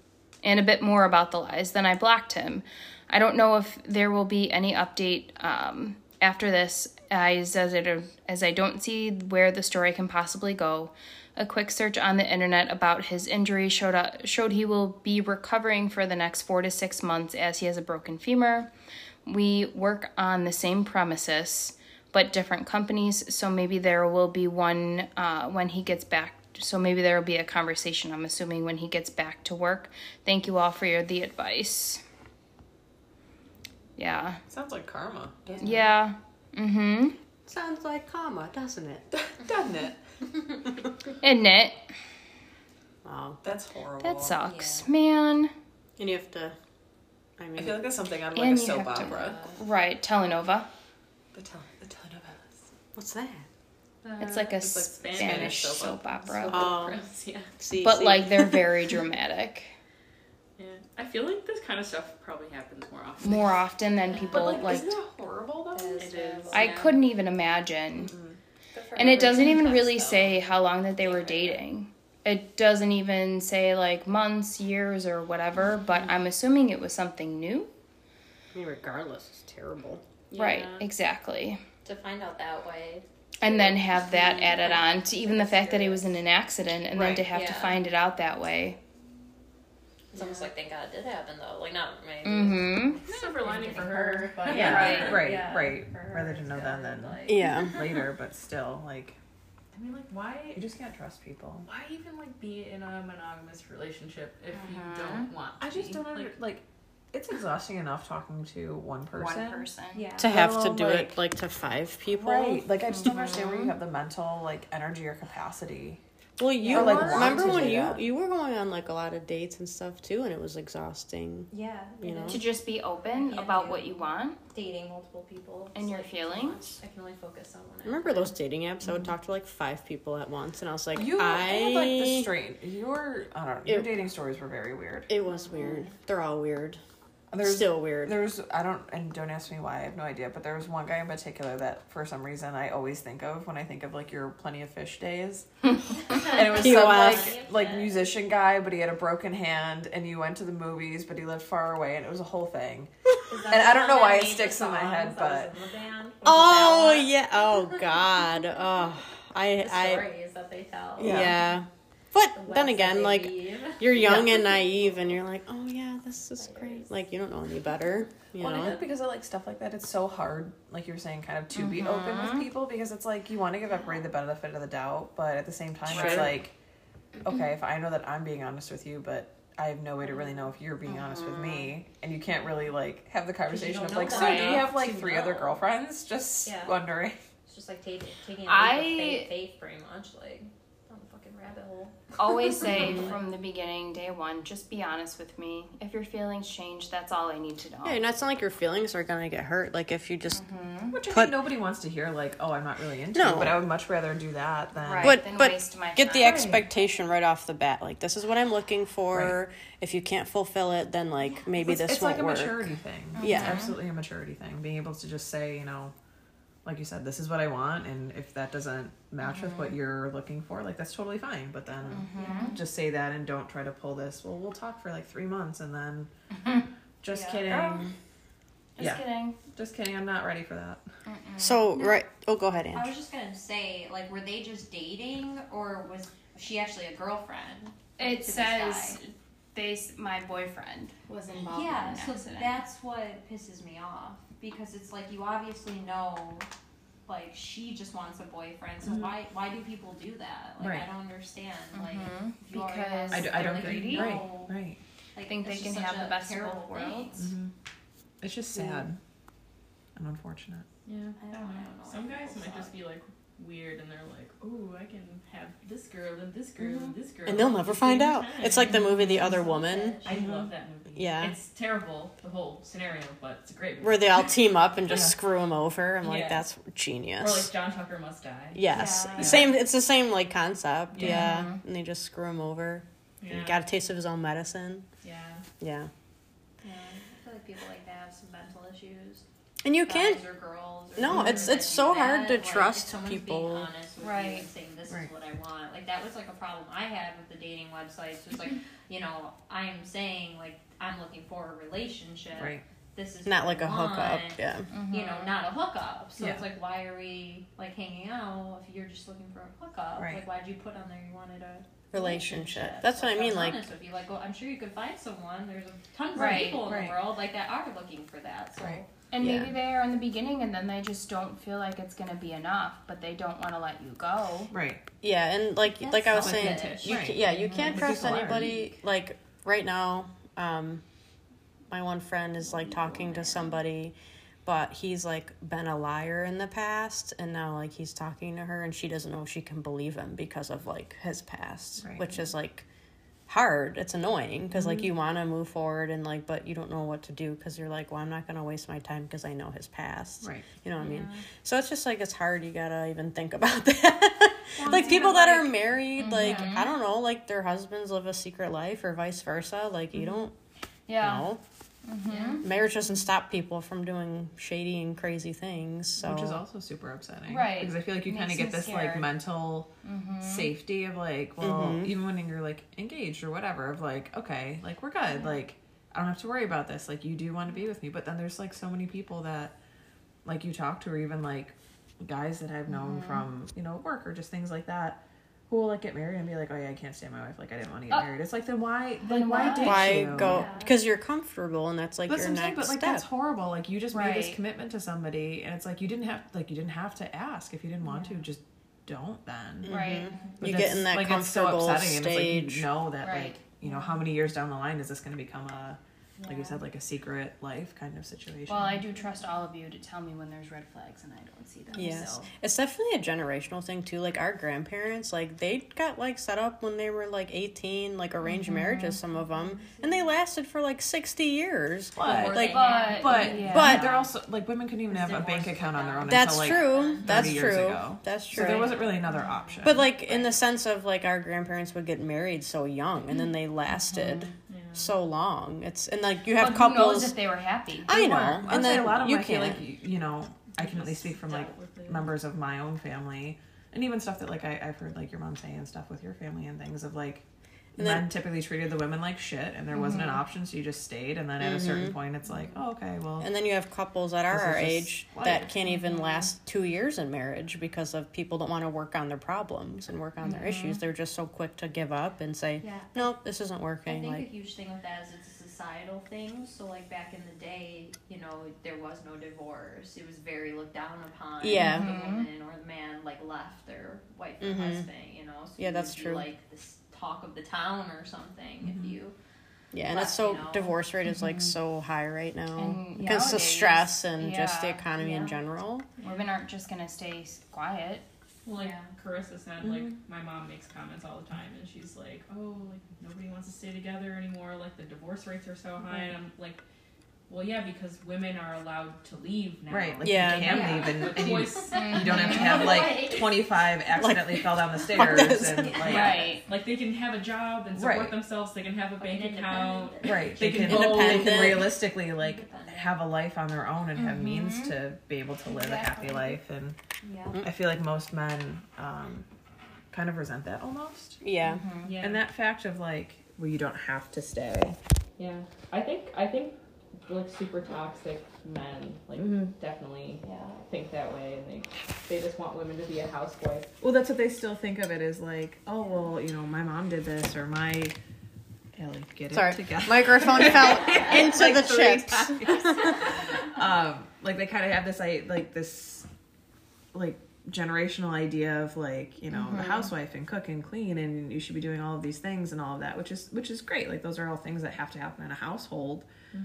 S3: and a bit more about the lies. Then I blocked him. I don't know if there will be any update um, after this, as, as, I, as I don't see where the story can possibly go. A quick search on the internet about his injury showed, up, showed he will be recovering for the next four to six months as he has a broken femur. We work on the same premises but different companies. So maybe there will be one uh, when he gets back. So maybe there will be a conversation. I'm assuming when he gets back to work. Thank you all for your the advice. Yeah.
S4: Sounds like karma, doesn't
S3: Yeah. Mm-hmm.
S1: Sounds like karma, doesn't it?
S4: it? doesn't it?
S3: Isn't it?
S1: Wow.
S4: That's horrible.
S3: That sucks, man.
S1: And you have to. I
S4: I
S1: mean,
S4: feel like that's something out of like
S3: And
S4: a
S3: you
S4: soap
S3: have to-
S4: opera.
S3: Right. Telenova.
S4: The, tel- the telenovelas.
S1: what's that?
S3: It's like a
S4: It's like
S3: Spanish,
S4: Spanish
S3: soap,
S4: soap
S3: opera.
S4: Um,
S1: Oh.
S2: yeah.
S1: See,
S3: But
S1: see,
S3: like they're very dramatic.
S2: Yeah. I feel like this kind of stuff probably happens more often.
S3: More often than people
S4: But like,
S3: like.
S4: isn't that horrible though?
S5: It is
S2: It
S5: terrible.
S2: is.
S3: I
S2: Yeah.
S3: couldn't even imagine.
S5: Good for
S3: And
S5: her
S3: it doesn't
S5: reading
S3: even
S5: text,
S3: really
S5: though.
S3: say how long that they were dating. It doesn't even say like months, years, or whatever, but I'm assuming it was something new.
S1: I mean, regardless, it's terrible.
S3: Right,
S2: Yeah.
S3: exactly.
S5: to find out that way.
S3: And then have that added on to even the fact that he was in an accident and then to
S4: Right,
S3: have to
S5: yeah.
S3: find it out that way.
S5: It's almost like thank God it did happen though. Like not maybe.
S3: Mm-hmm.
S2: Silver lining for her.
S5: But
S4: Yeah,
S5: right,
S4: right,
S5: yeah,
S4: right.
S5: for her,
S4: Rather to
S5: it's
S4: know
S5: gotta
S4: that
S5: be,
S4: than-
S5: like-
S1: Yeah.
S4: later, but still, like
S2: I mean, like, why?
S4: you just can't trust people.
S2: Why even like be in a monogamous relationship if you don't want? To
S4: I just
S2: be?
S4: don't under,
S2: Like,
S4: like. It's exhausting enough talking to one person.
S3: One person.
S5: Yeah.
S1: To have to
S4: Well,
S1: do
S4: like-
S1: it like to five people.
S4: Right. Like I just don't understand where you have the mental like energy or capacity.
S1: Well, you
S4: Or, like,
S1: were-
S4: want
S1: remember
S4: to
S1: when
S4: do
S1: you
S4: that.
S1: you were going on like a lot of dates and stuff too, and it was exhausting.
S5: Yeah.
S1: You know?
S3: To just be open
S5: Yeah.
S3: about what you want
S5: Dating multiple people.
S3: and
S5: It's
S3: your
S5: like,
S3: feelings.
S5: I can only focus on one.
S1: I remember those dating apps? I would talk to like five people at once, and I was like,
S4: Mm-hmm. You
S1: I
S4: had like the straight. Your I don't know. Your
S1: It-
S4: dating stories were very weird.
S1: It was weird. They're all weird.
S4: There's
S1: Still weird.
S4: there's I don't and don't ask me why I have no idea, but there was one guy in particular that for some reason I always think of when I think of like your plenty of fish days. and it was some
S1: POF.
S4: like like musician guy, but he had a broken hand, and you went to the movies, but he lived far away, and it was a whole thing. And I don't know why it sticks in my head, but-
S1: Oh yeah. Oh god. Oh, I
S5: The
S1: I
S5: stories that they tell.
S1: yeah.
S4: Yeah.
S1: But
S5: The webs
S1: then
S5: that
S1: again,
S5: they
S1: like
S5: leave.
S1: you're young and naive, and you're like, oh yeah, this is great. Like you don't know any better. You
S4: well, and I
S1: know.
S4: think because of like stuff like that, it's so hard, like you were saying, kind of to be open with people because it's like you want to give everybody the benefit of the doubt, but at the same time, it's
S1: Sure.
S4: like, okay, if I know that I'm being honest with you, but I have no way to really know if you're being honest with me, and you can't really like have the conversation
S5: don't
S4: of
S5: know
S4: like, so do
S5: why
S4: Mm-hmm. you have
S5: to
S4: like three other
S5: know."
S4: girlfriends? Just
S5: Yeah.
S4: wondering.
S5: It's just like taking taking a
S3: I-
S5: leap of faith, faith pretty much like on the fucking rabbit hole.
S3: Always say from the beginning, day one, just be honest with me. If your feelings change, that's all I need to know.
S1: Yeah, and it's not like your feelings are gonna get hurt. Like if you just
S4: Which I
S1: Put-
S4: think nobody wants to hear, like, oh, I'm not really into
S1: No.
S4: you, but I would much rather do that than.
S3: Right.
S1: but
S3: then
S1: but
S3: waste my
S1: get the
S3: time.
S1: expectation right off the bat. Like this is what I'm looking for. If you can't fulfill it, then like maybe
S4: It's,
S1: this
S4: it's
S1: won't
S4: like a
S1: work.
S4: maturity thing.
S3: Mm-hmm.
S1: Yeah.
S4: It's absolutely a maturity thing. Being able to just say, you know, like you said, this is what I want, and if that doesn't match with
S3: Mm-hmm.
S4: what you're looking for, like that's totally fine. But then just say that and don't try to pull this. Well, we'll talk for like three months, and then just
S3: Yeah.
S4: kidding.
S3: Oh. Just
S4: yeah,
S3: kidding.
S4: just kidding. I'm not ready for that.
S1: So right. Oh, go ahead, Ange.
S6: I was just gonna say, like, were they just dating, or was she actually a girlfriend?
S3: It
S6: to this
S3: says
S6: guy?
S3: they. s- My boyfriend was involved.
S6: Yeah,
S3: in an
S6: so
S3: accident.
S6: that's what pisses me off because it's like you obviously know, like, she just wants a boyfriend.
S3: Mm-hmm.
S6: So why why do people do that? Like,
S4: Right.
S6: I don't understand. Like,
S4: Mm-hmm,
S6: if you already
S3: Mm-hmm. Because-
S6: have-
S4: I, d- I
S6: they're
S4: don't
S6: like,
S4: get
S6: you
S4: it. Right,
S6: know,
S4: right.
S6: like,
S3: Think
S6: it's
S3: they
S6: just
S3: can
S6: such
S3: have
S6: a
S3: the best of
S6: terrible
S3: both worlds.
S6: thing.
S4: It's just sad and unfortunate.
S2: yeah.
S6: I don't, I don't know.
S2: Mm-hmm. Some guys
S6: People
S2: might
S6: suck.
S2: just be like weird, and they're like, "Oh, I can have this girl and this girl and
S3: Mm-hmm.
S2: this girl,"
S1: and they'll
S2: at
S1: never
S2: the
S1: find
S2: same
S1: out.
S2: time.
S1: It's like the movie The Other Woman,
S2: I love that movie.
S1: Yeah.
S2: It's terrible, the whole scenario, but it's a great movie.
S1: where they all team up and just
S4: Yeah.
S1: screw him over. I'm like,
S2: Yeah.
S1: that's
S2: or like
S1: genius.
S2: John Tucker Must Die.
S1: yes,
S6: Yeah.
S1: The same. It's the same like concept. Yeah,
S2: Yeah.
S1: and they just screw him over.
S2: Yeah.
S1: Got a taste of his own medicine.
S2: yeah.
S1: Yeah,
S6: Yeah, I feel like people like that have some mental issues.
S1: and you
S6: guys
S1: can.
S6: or girls or
S1: No,
S6: whatever
S1: it's-
S6: that
S1: it's
S6: do
S1: so
S6: that,
S1: hard to
S6: like, if
S1: trust
S6: someone's being
S1: people.
S6: honest with you
S3: Right.
S6: and saying this
S4: Right.
S6: is what I want. Like that was like a problem I had with the dating websites. Was like, you know, I'm saying like I'm looking for a relationship.
S4: Right.
S6: This is
S1: Not
S6: what
S1: like a
S6: I want.
S1: hookup. Yeah.
S4: mm-hmm.
S6: You know,
S3: Mm-hmm.
S6: not a hookup. So it's
S4: Yeah.
S6: like, why are we like hanging out if you're just looking for a hookup?
S4: Right.
S6: Like, why'd you put on there you wanted a
S1: Relationship. That's what I mean.
S6: was
S1: Like,
S6: honest with you. Like, well, I'm sure you could find someone. There's tons
S3: Right,
S6: of people in
S4: right.
S6: the world like that are looking for that. So
S4: Right.
S3: And
S1: Yeah.
S3: maybe they are in the beginning, and then they just don't feel like it's gonna be enough, but they don't want to let you go.
S4: Right.
S1: yeah, and like
S6: That's
S1: like I was
S6: so
S1: saying,
S6: good.
S1: you
S4: Right.
S1: ca- yeah, you can't
S4: Mhm.
S1: trust
S4: People are
S1: anybody. Like right now, um, my one friend is like talking to somebody, but he's like been a liar in the past, and now like he's talking to her, and she doesn't know if she can believe him because of like his past,
S4: Right.
S1: which is like hard. It's annoying because like you want to move forward and like, but you don't know what to do because you're like, well, I'm not gonna waste my time because I know his past.
S4: Right.
S1: You know what I mean? So it's just like it's hard. You gotta even think about that. like people that are married, like I don't know, like their husbands live a secret life or vice versa. Like you don't
S3: Yeah.
S1: know. Marriage doesn't stop people from doing shady and crazy things. So
S4: Which is also super upsetting.
S3: Right.
S4: Because I feel like you
S3: Makes
S4: kind of get
S3: me
S4: this
S3: scared. Mm-hmm.
S4: like mental safety of like, well,
S1: Mm-hmm.
S4: even when you're like engaged or whatever, of like, okay, like we're good. Like, I don't have to worry about this. Like, you do want to be with me. But then there's like so many people that
S3: Mm-hmm.
S4: like you talk to, or even like guys that I've known from, you know, work or just things like that who will like get married and be like, oh yeah, I can't stand my wife. Like I didn't want to get
S3: Oh.
S4: married. It's like then why? Like
S6: Then
S4: why
S6: why?
S4: did
S1: Why
S4: you?
S1: go?
S6: Yeah.
S1: Because you're comfortable, and that's like
S4: But
S1: your next
S4: sometimes, but like
S1: step.
S4: that's horrible. Like you just made this
S6: Right.
S4: commitment to somebody, and it's like you didn't have like you didn't have to ask if you didn't want to. Just don't then.
S3: Right.
S1: Mm.
S4: But
S1: you
S4: that's-
S1: get in that
S4: like, it's so
S1: comfortable
S4: upsetting, and it's like,
S1: stage.
S4: you know that
S3: Right.
S4: like you know how many years down the line is this going to become a like you said like a secret life kind of situation.
S3: Well, I do trust all of you to tell me when there's red flags and I don't see them.
S1: Yes.
S3: So.
S1: It's definitely a generational thing too. Like our grandparents, like they got like set up when they were like 18, like arranged marriages some of them, and they lasted for like 60 years.
S4: But-
S1: Like
S3: But,
S4: but
S3: yeah.
S4: but they're also like women couldn't even
S6: Because
S4: have a
S6: divorce
S4: bank
S6: is
S4: account on their own.
S6: allowed.
S1: that's
S4: until, like,
S1: true. That's
S4: 30 years
S1: true.
S4: ago.
S1: That's
S4: So
S1: true.
S4: there wasn't really another option.
S1: but like in the sense of like our grandparents would get married so young and then
S4: Mm-hmm.
S1: they lasted so long. It's and like you have
S3: but who knows
S1: couples
S3: if they were happy?
S1: I
S4: They weren't.
S1: know. And
S4: Honestly,
S1: then
S4: a lot of
S1: you
S4: them, I feel
S1: can't.
S4: like you, you know, I can at least speak from like
S2: dealt with it.
S4: members of my own family, and even stuff that like I, I've heard like your mom say and stuff with your family and things of like.
S1: And then- Mm-hmm.
S4: men typically treated the women like shit, and there wasn't an option, so you just stayed. And then at a certain point, it's like, oh, okay, well,
S1: And then you have couples that are
S4: This is
S1: our
S4: just
S1: age
S4: life. Mm-hmm.
S1: that can't even last two years in marriage because of people don't want to work on their problems and work on
S4: Mm-hmm.
S1: their issues. They're just so quick to give up and say,
S6: Yeah.
S1: "Nope, this isn't
S6: I
S1: working."
S6: think a
S1: Like,
S6: huge thing with that is it's a societal thing. So like back in the day, you know, there was no divorce. It was very looked down upon. if
S1: Yeah.
S3: Mm-hmm.
S6: The woman or the man like left their wife or
S1: Mhm.
S6: husband. You know. So
S1: Yeah,
S6: you
S1: that's
S6: would be,
S1: true.
S6: Like this talk of the town or something.
S3: Mm-hmm.
S6: If you.
S1: yeah, and that's so
S6: Latino.
S1: divorce rate is
S4: Mm-hmm.
S1: like so high right
S4: Oh,
S1: now
S3: And
S1: because of
S3: nowadays,
S1: stress and just the
S3: yeah,
S1: economy in
S6: yeah.
S1: general.
S3: Women aren't just going to stay s- quiet.
S2: Well, like
S6: Yeah.
S2: Carissa said, like
S4: Mm-hmm.
S2: my mom makes comments all the time, and she's like, "Oh, like nobody wants to stay together anymore. Like the divorce rates are so high." And I'm like, "Well, yeah, because women are allowed to leave now.
S4: right, like
S1: Yeah.
S4: you can
S6: Yeah.
S4: leave, and,
S2: the
S4: and you,
S2: choice,
S4: you don't have to have like
S6: Right.
S4: twenty five accidentally fell down the
S1: fuck
S4: stairs
S1: this.
S4: and like
S3: Right.
S2: like they can have a job and support
S4: Right.
S2: themselves. They can have a bank
S6: Fucking
S2: account.
S6: independent.
S4: right
S2: They
S4: they
S2: can
S4: can,
S2: vote.
S4: they can
S1: Independent.
S4: realistically like
S6: Independent.
S4: have a life on their own and
S2: Mm-hmm.
S4: have means to be able to live a happy
S3: Exactly.
S4: life and
S6: Yeah.
S4: i feel like most men um, kind of resent that almost
S1: Yeah,
S2: Yeah,
S4: and that fact of like well you don't have to stay
S2: yeah. I think I think like super toxic men like
S4: Mm-hmm.
S2: definitely think that way, and they they just want women to be a housewife.
S4: well that's what they still think of it as like oh well you know my mom did this or my Ellie, get it
S1: sorry,
S4: together.
S1: microphone fell into
S4: Like
S1: the
S4: three
S1: chips.
S4: um, like they kind of have this i- like this like generational idea of like you know the housewife and cook and clean and you should be doing all of these things and all of that which is which is great like those are all things that have to happen in a household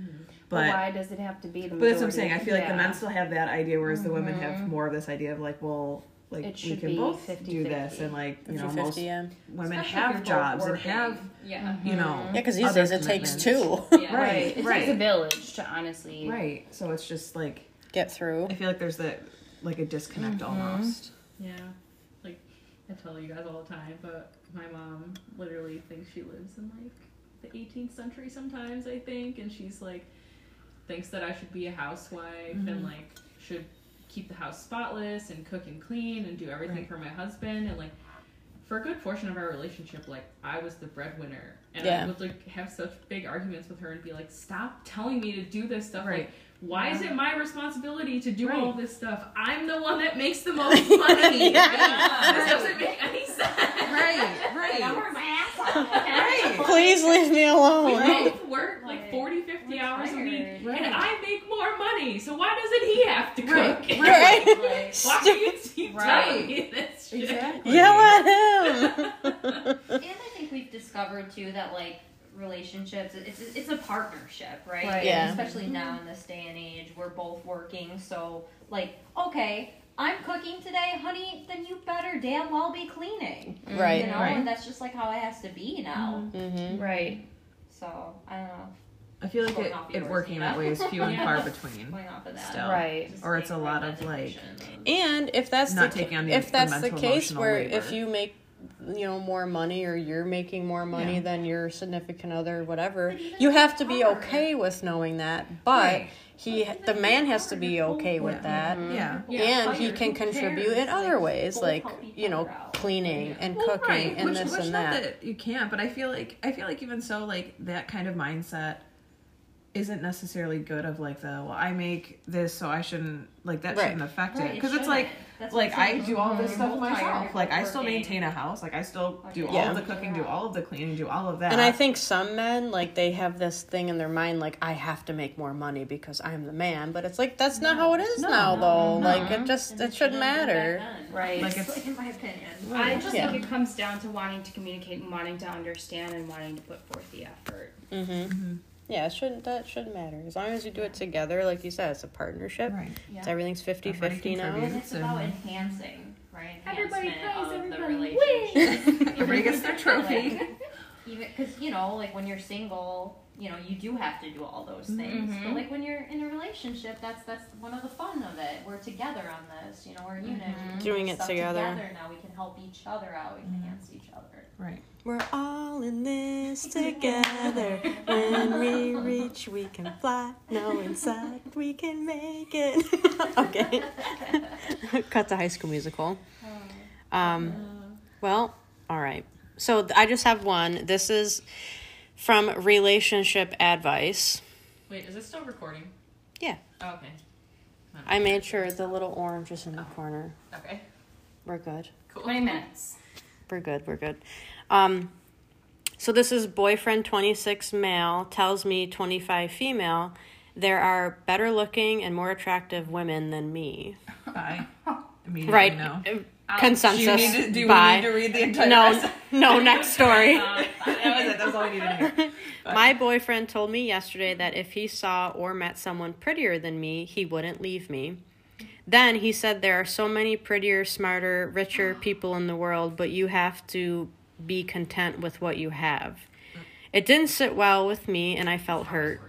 S3: But
S4: but
S3: why does it have to be the
S4: but that's what i'm
S3: majority?
S4: saying i feel like the
S3: Yeah.
S4: men still have that idea whereas the women have more of this idea of like well like
S3: It
S4: we
S3: should
S4: can
S3: be
S4: both
S3: 50-50.
S4: do this and like you know
S1: 50,
S4: most
S1: yeah,
S6: Especially
S4: women
S6: if
S4: have
S6: you're both
S4: jobs and
S6: working.
S4: have
S6: Yeah.
S3: Mm-hmm.
S4: you know
S1: yeah, because these
S4: other
S1: days it takes
S4: commitments.
S1: two
S6: Yeah.
S4: right
S3: It takes a
S4: right
S3: village to honestly.
S4: right so it's just like
S1: get through.
S4: I feel like there's the like a disconnect almost.
S2: Yeah. Like I tell you guys all the time, but my mom literally thinks she lives in like the 18th century sometimes, I think, and she's like thinks that I should be a housewife
S4: Mm-hmm.
S2: and like should keep the house spotless and cook and clean and do everything
S4: Right.
S2: for my husband and like for a good portion of our relationship, like I was the breadwinner, and
S1: Yeah.
S2: I would like have such big arguments with her and be like, "Stop telling me to do this stuff.
S4: Right.
S2: Like, why is it my responsibility to do all
S4: Right.
S2: this stuff? I'm the one that makes the most money. This doesn't make any sense.
S4: Right,
S6: I'm
S4: right.
S6: working my ass off.
S1: Please leave me
S2: We
S1: alone.
S2: both work like
S6: Right.
S2: 40, 50
S6: We're
S2: hours a week,
S6: tired.
S2: and I make more money. So why doesn't he have to cook?
S1: Right?
S4: Right,
S6: Like,
S2: Why do you keep
S6: Right.
S2: telling me this shit?
S4: Exactly.
S1: Yell at him.
S6: And I think we've discovered too that like relationships, it's it's a partnership, right?
S3: Right.
S6: And
S1: Yeah.
S6: Especially
S4: Mm-hmm.
S6: now in this day and age, we're both working, so like, okay, I'm cooking today, honey. Then you better damn well be cleaning, you
S1: Mm-hmm. Right.
S6: know.
S4: Right.
S6: And that's just like how it has to be now.
S1: Mm-hmm.
S3: Right.
S6: So I don't know,
S4: I feel like it,
S6: Going off
S4: it
S6: yours,
S4: working
S6: Nina.
S4: that way is few and
S2: Yeah.
S4: far between.
S6: going off of that.
S4: Still.
S3: Right.
S6: Just
S4: Or it's
S6: being
S4: a lot
S6: right
S4: of,
S6: with
S4: like-
S6: addiction.
S1: And if that's
S4: Not
S1: the,
S4: taking on the-
S1: if
S4: the
S1: that's the
S4: mental,
S1: case
S4: emotional
S1: where
S4: labor.
S1: if you make you know more money or you're making more money
S4: Yeah.
S1: than your significant other whatever
S6: But even
S1: you
S6: if
S1: have
S6: you
S1: to be
S6: are-
S1: okay with knowing that but
S4: Right.
S1: he
S6: But even
S1: the
S6: if
S1: man
S6: you
S1: has to
S6: are,
S1: be
S6: you're both
S1: okay with
S6: working.
S1: that
S3: Mm-hmm.
S4: Yeah.
S2: Yeah.
S1: and he
S6: Who
S1: can
S6: cares?
S1: contribute in
S6: Like,
S1: other ways
S6: both
S1: like
S6: help each
S1: you know
S6: other out.
S1: cleaning and
S4: Well,
S1: cooking
S4: right.
S1: and
S4: which,
S1: this
S4: which
S1: and
S4: not
S1: that
S4: You can't, but I feel like I feel like even so, like that kind of mindset isn't necessarily good. Of like the well, I make this, so I shouldn't like that
S1: Right.
S4: shouldn't affect
S6: Right,
S4: it
S6: it
S4: because it's like
S6: shouldn't. That's
S4: like
S6: what I'm
S4: I
S6: saying.
S4: do all this
S6: You're
S4: stuff
S6: both tired,
S4: myself.
S6: you're
S4: Like I
S6: both
S4: still
S6: working.
S4: maintain a house. Like I still do
S6: Like,
S4: all of
S1: yeah.
S4: the cooking, do all of the cleaning, do all of that.
S1: And I think some men like they have this thing in their mind like I have to make more money because I'm the man, but it's like that's not how it is now though. Like it just
S6: And
S1: it
S6: it
S1: shouldn't matter.
S3: Right.
S4: like it's
S6: Like in my opinion.
S3: I just
S1: Yeah.
S3: think it comes down to wanting to communicate and wanting to understand and wanting to put forth the effort.
S1: Mm-hmm. Yeah, it shouldn't that shouldn't matter as long as you do it together. Like you said, it's a partnership.
S4: right.
S3: Yeah.
S1: It's everything's 50-50 now.
S4: contributes.
S6: And it's about enhancing, right?
S2: Everybody
S6: Enhancement of
S2: praise, everybody
S6: the relationship.
S4: Everybody gets their trophy.
S6: Like, even because you know, like when you're single, you know, you do have to do all those things.
S3: Mhm.
S4: Mm-hmm.
S6: But like when you're in a relationship, that's that's one of the fun of it. We're together on this. You know, we're a unit. We
S4: Mm-hmm.
S6: can do
S1: Doing it
S6: stuff
S1: together.
S6: Now we can help each other out. We can enhance each other.
S4: Right.
S1: We're all in this together. When we reach, we can fly. No, inside, we can make it. okay. Cut to High School Musical. Um, well, all right. So th- I just have one. This is from Relationship Advice.
S2: Wait, is this still recording?
S1: Yeah.
S2: Oh, okay.
S1: I made sure the little orange is in the corner.
S2: Okay.
S1: We're good.
S2: Cool.
S3: 20 minutes.
S1: We're good. We're good. Um, so this is boyfriend 26 male tells me 25 female. There are better looking and more attractive women than me.
S4: Bye. Immediately
S1: Right.
S4: No. Do you
S1: Consensus.
S4: need to, do
S1: Bye.
S4: we need to Um, read the entire?
S1: no,
S4: message?
S1: no, next story.
S4: that was it. That's all we needed to hear.
S1: My boyfriend told me yesterday that if he saw or met someone prettier than me, he wouldn't leave me. Then he said there are so many prettier, smarter, richer people in the world, but you have to be content with what you have. It didn't sit well with me and I felt hurt.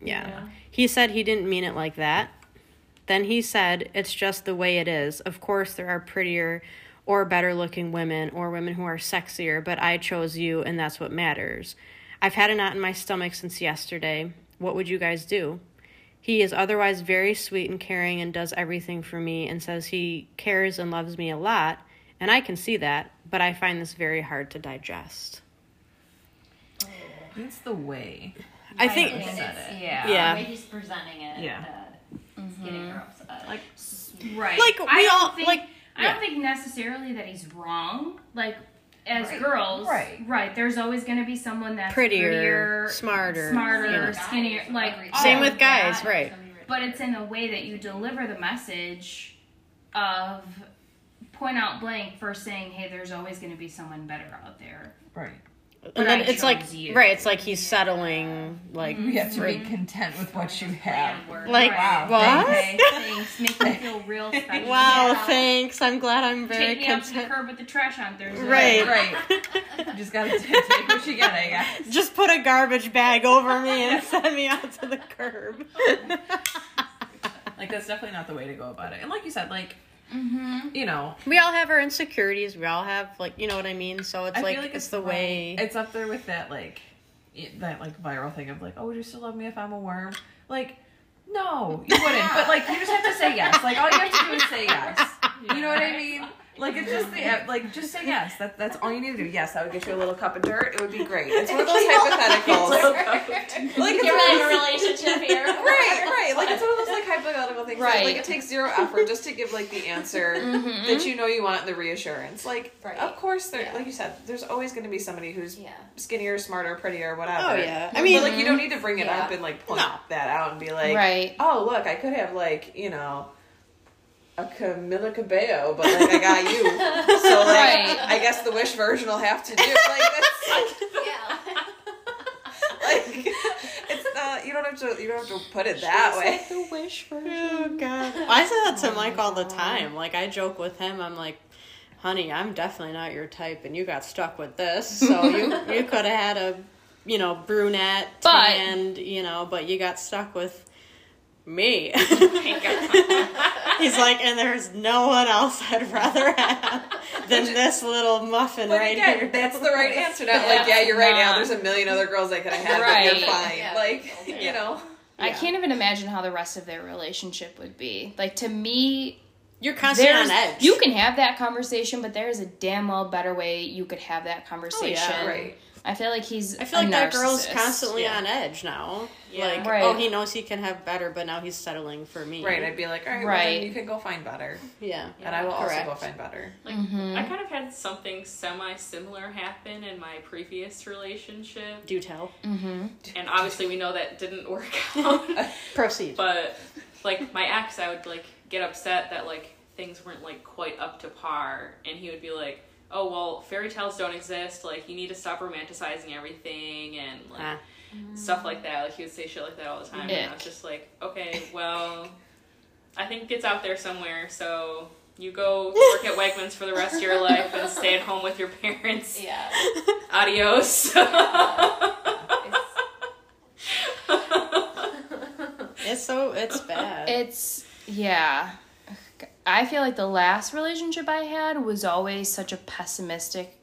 S1: Yeah. He said he didn't mean it like that. Then he said, it's just the way it is. Of course, there are prettier or better looking women or women who are sexier, but I chose you and that's what matters. I've had a knot in my stomach since yesterday. What would you guys do? He is otherwise very sweet and caring and does everything for me and says he cares and loves me a lot, and I can see that, but I find this very hard to digest.
S4: It's the way.
S1: I think
S6: it's,
S3: Yeah.
S1: Yeah. Mm-hmm.
S6: The way he's presenting it.
S4: Yeah.
S5: uh,
S6: That it's getting her upset. Like
S3: Right.
S1: Like,
S3: I
S1: we
S3: don't
S1: all-
S3: think,
S1: like-
S3: I
S1: yeah.
S3: don't think necessarily that he's wrong. Like as
S6: Right.
S3: girls,
S4: Right.
S3: Right. There's always going to be someone that's
S1: Prettier,
S3: prettier,
S1: smarter,
S3: smarter,
S1: you know.
S3: skinnier. Like all
S1: Same
S3: of
S1: with guys,
S3: that.
S1: right.
S3: But it's in the way that you deliver the message of point out blank for saying, "Hey, there's always going to be someone better out there."
S4: Right.
S3: But
S1: and then
S3: I
S1: it's like
S3: chose you.
S1: right it's like he's settling like
S4: You have to be content with what you have.
S1: Like,
S3: Right.
S1: what?
S3: Okay, thanks. Make me feel real special.
S1: wow
S3: Yeah.
S1: thanks i'm glad i'm very
S3: Take me out to the
S1: content
S3: curb with the trash on Thursday.
S1: Right.
S4: Right. You just gotta t- take what you get, I guess.
S1: just put a garbage bag over me and send me out to the curb
S4: Like that's definitely not the way to go about it. And like you said, like you know,
S1: we all have our insecurities we all have like you know what i mean so it's
S4: I
S1: like,
S4: feel like
S1: it's, the way
S4: it's up there with that like i- that like viral thing of like, oh, would you still love me if I'm a worm? Like, no, you wouldn't. But like, you just have to say yes. Like all you have to do is say yes. You know what I mean? Like it's just the like just say yes. That that's all you need to do. Yes, I would get you a little cup of dirt. It would be great. It's one of those hypotheticals. like it's
S5: You're in a relationship here.
S4: right, right. Like it's one of those like hypothetical things. Right.
S3: Right.
S4: like it takes zero effort just to give like the answer that you know you want, the reassurance. Like,
S5: Mm-hmm. Right.
S4: of course, there.
S5: Yeah.
S4: Like you said, there's always going to be somebody who's
S5: Yeah.
S4: skinnier, smarter, prettier, whatever.
S1: Oh, yeah. I
S4: But,
S1: mean-
S4: like you don't need to bring it
S5: Yeah.
S4: up and like point
S1: No.
S4: that out and be like,
S3: Right.
S4: Oh, look, I could have like you know. A Camila Cabello, but like I got you, so like
S3: Right.
S4: I guess the wish version will have to do. Like that's
S5: Yeah.
S4: like it's not you don't have to you don't have to put it that way.
S1: oh god i say that to mike all the time like i joke with him i'm like honey i'm definitely not your type and you got stuck with this so you you could have had a you know brunette
S3: But-
S1: and you know but you got stuck with me
S4: Oh
S1: he's like and there's no one else i'd rather have than this little muffin
S4: But
S1: right
S4: again,
S1: here
S4: that's the right answer. Not like, yeah, you're right now. There's a million other girls I could have had, but
S3: Right.
S4: you're fine.
S5: Yeah.
S4: Like, you know.
S3: I can't even imagine how the rest of their relationship would be. Like to me,
S1: You're constantly
S3: there's-
S1: on edge.
S3: You can have that conversation, but there is a damn well better way you could have that conversation.
S4: right.
S3: I feel like he's.
S1: Oh, I feel like
S3: a
S1: that girl's
S3: narcissist.
S1: constantly
S4: Yeah.
S1: on edge now.
S7: Yeah.
S1: Like,
S3: Right.
S1: oh, he knows he can have better, but now he's settling for me.
S4: Right, I'd be like, all right, well,
S3: Right.
S4: then you can go find better,
S1: Yeah.
S4: and I will also go
S1: Correct.
S4: find better.
S2: Like
S3: Mm-hmm.
S2: I kind of had something semi similar happen in my previous relationship,
S1: Do tell.
S2: and obviously we know that didn't work out.
S1: Proceed.
S2: but like my ex, I would like get upset that like things weren't like quite up to par, and he would be like, "Oh well, fairy tales don't exist. Like you need to stop romanticizing everything and like
S1: Ah.
S2: stuff like that." Like he would say shit like that all the time, and I
S3: Ick.
S2: was just like, "Okay, well, I think it's out there somewhere." So. You go work at Wegmans for the rest of your life and stay at home with your parents.
S5: Yeah.
S2: Adios.
S1: It's so it's bad.
S3: It's yeah. I feel like the last relationship I had was always such a pessimistic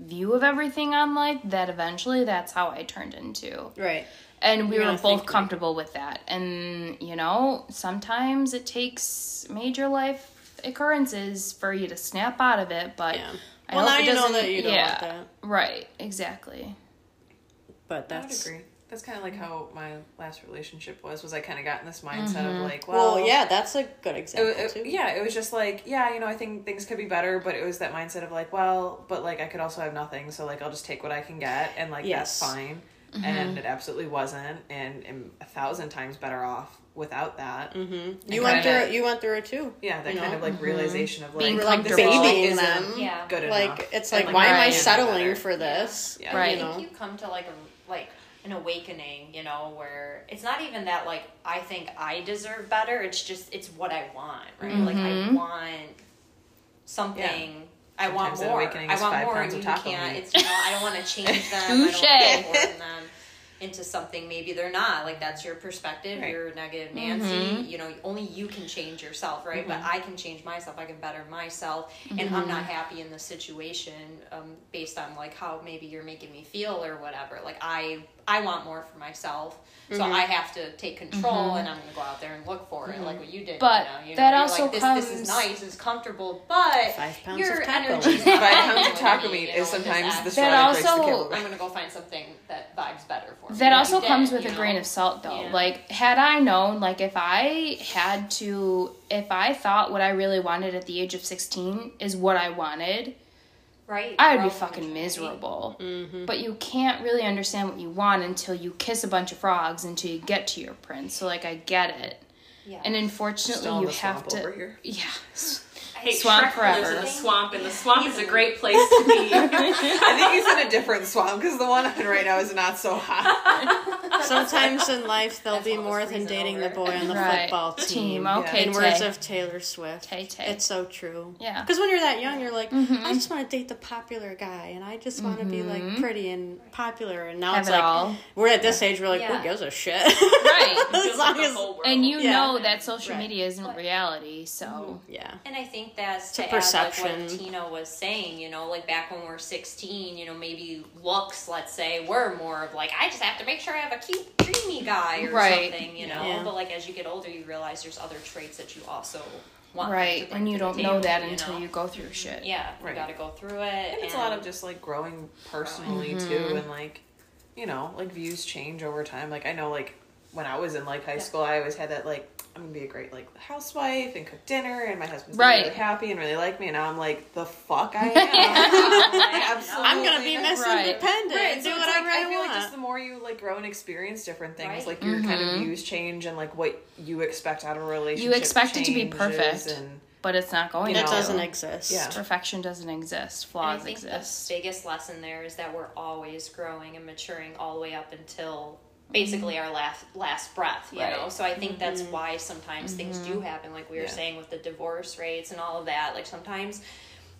S3: view of everything on life that eventually that's how I turned into.
S1: right.
S3: And we
S1: You're
S3: were
S1: gonna think
S3: both
S1: like-
S3: comfortable with that. And you know, sometimes it takes major life occurrences for you to snap out of it, but
S1: Yeah.
S3: I
S1: well,
S3: hope
S1: now
S3: it
S1: you know
S3: doesn't-
S1: that you don't
S3: yeah,
S1: want that.
S3: Right, exactly.
S1: But
S4: That's,
S1: that's
S4: I would agree. That's kind of like how my last relationship was. Was I kind of got in this mindset of like, well,
S1: Mm-hmm. well, yeah, that's a good example
S4: It, it,
S1: too.
S4: yeah, it was just like, yeah, you know, I think things could be better, but it was that mindset of like, well, but like I could also have nothing, so like I'll just take what I can get, and like
S1: Yes. Mm-hmm.
S4: that's fine. And it absolutely wasn't, and am a thousand times better off without that.
S1: Mm-hmm. You
S4: I
S1: went
S4: got
S1: through
S4: it.
S1: it. You went through it too.
S4: Yeah, that
S1: You
S4: kind
S1: know? Mm-hmm.
S4: of like realization of like
S3: Being
S4: this
S3: comfortable.
S4: actually
S1: Babying
S4: isn't
S1: them.
S5: Yeah.
S4: good
S1: like
S4: enough.
S1: it's
S4: And,
S1: like, why am I
S3: Right.
S1: settling
S4: better.
S1: for this?
S4: Yeah.
S3: Right.
S1: You
S5: I
S1: know.
S5: think you come to like a like an awakening, you know, where it's not even that like I think I deserve better. It's just it's what I want, right? Like I
S3: Mhm.
S5: want something. I
S4: Sometimes
S5: want
S4: that
S5: more.
S4: awakening
S5: I
S4: is
S5: want
S4: five
S5: more.
S4: pounds
S5: and
S4: of
S5: you
S4: taco
S5: can't.
S4: meat.
S5: It's you know, I don't want to change them. I
S3: Touche.
S5: don't want to form them into something maybe they're not. Like that's your perspective.
S4: Right.
S5: You're negative Nancy.
S3: Mm-hmm.
S5: You know, only you can change yourself, right? But
S4: Mm-hmm.
S5: I can change myself. I can better myself, and I'm
S3: Mm-hmm.
S5: not happy in this situation um, based on like how maybe you're making me feel or whatever. Like I I want more for myself,
S3: Mm-hmm.
S5: so I have to take control, and I'm gonna go out there and look for it, like what you
S3: Mm-hmm.
S5: did.
S3: But
S5: you know, you
S3: that
S5: know, you're
S3: also
S5: like, this, This
S3: comes-
S5: is nice. It's comfortable, but
S1: Five pounds
S5: your
S1: of taco
S5: energy.
S1: meat.
S4: Five pounds of taco meat is sometimes the straw
S3: That
S4: that, breaks the
S3: also-
S4: camel
S5: I'm gonna go find something that vibes better for me.
S3: That
S5: Like
S3: also
S5: you did,
S3: comes with
S5: you
S3: a
S5: know?
S3: grain of salt, though.
S5: Yeah.
S3: Like, had I known, like, if I had to, if I thought what I really wanted at the age of 16 is what I wanted,
S5: right. Mm-hmm.
S3: I would be
S5: growth and
S3: fucking
S5: maturity.
S3: miserable. But you can't really understand what you want until you kiss a bunch of frogs until you get to your prince. So, like, I get it.
S5: Yeah.
S3: And unfortunately,
S4: Still in
S3: you
S4: the
S3: have
S4: swamp
S3: to.
S4: over here.
S3: Yeah.
S2: Hey,
S3: Swamp
S2: Shrek lives in
S3: forever.
S2: the swamp, and the swamp is a great place to be.
S4: I think he's in a different swamp because the one I'm in right now is not so hot.
S1: Sometimes in life, there'll
S5: That's
S1: be
S5: all this
S1: more than
S5: reason
S1: dating
S5: over.
S1: the boy on the
S3: Right.
S1: football team.
S3: Team. Okay,
S4: Yeah.
S1: In words
S3: Tay.
S1: of Taylor Swift,
S3: Tay Tay.
S1: it's so true.
S3: Yeah.
S1: Because when you're that young, you're like, I just want to date the popular guy, and I just want to be like pretty and popular. And now
S3: Have
S1: it's
S3: it
S1: like
S3: all.
S1: we're at this age, we're like,
S5: Yeah.
S1: who gives a shit?
S3: Right.
S1: as long
S2: The
S1: as
S2: whole world.
S3: And you
S1: Yeah.
S3: know that social
S1: Right.
S3: media isn't
S5: But-
S3: reality, so.
S1: yeah,
S5: And I think that's
S1: It's a
S5: to perception.
S1: perception.
S5: like what Tina was saying, you know, like back when we were 16, you know, maybe looks, let's say, were more of like, I just have to make sure I have a cute, dreamy guy or
S3: Right.
S5: something, you know.
S1: Yeah.
S5: But like as you get older, you realize there's other traits that you also Mm-hmm. want. to
S3: Right,
S5: bring
S3: and you
S5: to the
S3: don't
S5: table,
S3: know that until
S5: know?
S3: you go through shit.
S5: Yeah, you
S4: Right.
S5: gotta go through it.
S4: And it's a lot of just like growing personally too, and like you know, like views change over time. Like I know, like when I was in like high school, I always had that like I'm gonna be a great like housewife and cook dinner, and my husband's gonna be
S3: Right.
S4: really happy and really like me. And now I'm like the fuck I am. Like, absolutely.
S1: I'm gonna be Miss
S3: Right.
S1: Independent
S4: Right,
S1: and
S4: so
S1: do
S4: it's
S1: whatever
S4: like,
S1: I,
S4: I feel
S1: want.
S4: like just the more you like grow and experience different things,
S5: Right.
S4: like your kind of views change and like what you expect out of a relationship.
S3: expect it to be
S4: changes
S3: perfect.
S4: and
S3: But it's not going
S4: you
S1: it
S4: know.
S3: to.
S1: doesn't exist.
S4: Yeah.
S3: Perfection doesn't exist.
S5: And I
S3: Flaws
S5: think
S3: exist.
S5: the biggest lesson there is that we're always growing and maturing all the way up until basically
S1: Mm-hmm.
S5: our last last breath, you know.
S3: Right.
S5: So I think that's why sometimes things
S1: Mm-hmm.
S5: do happen, like we were
S4: Yeah.
S5: saying with the divorce rates and all of that. Like sometimes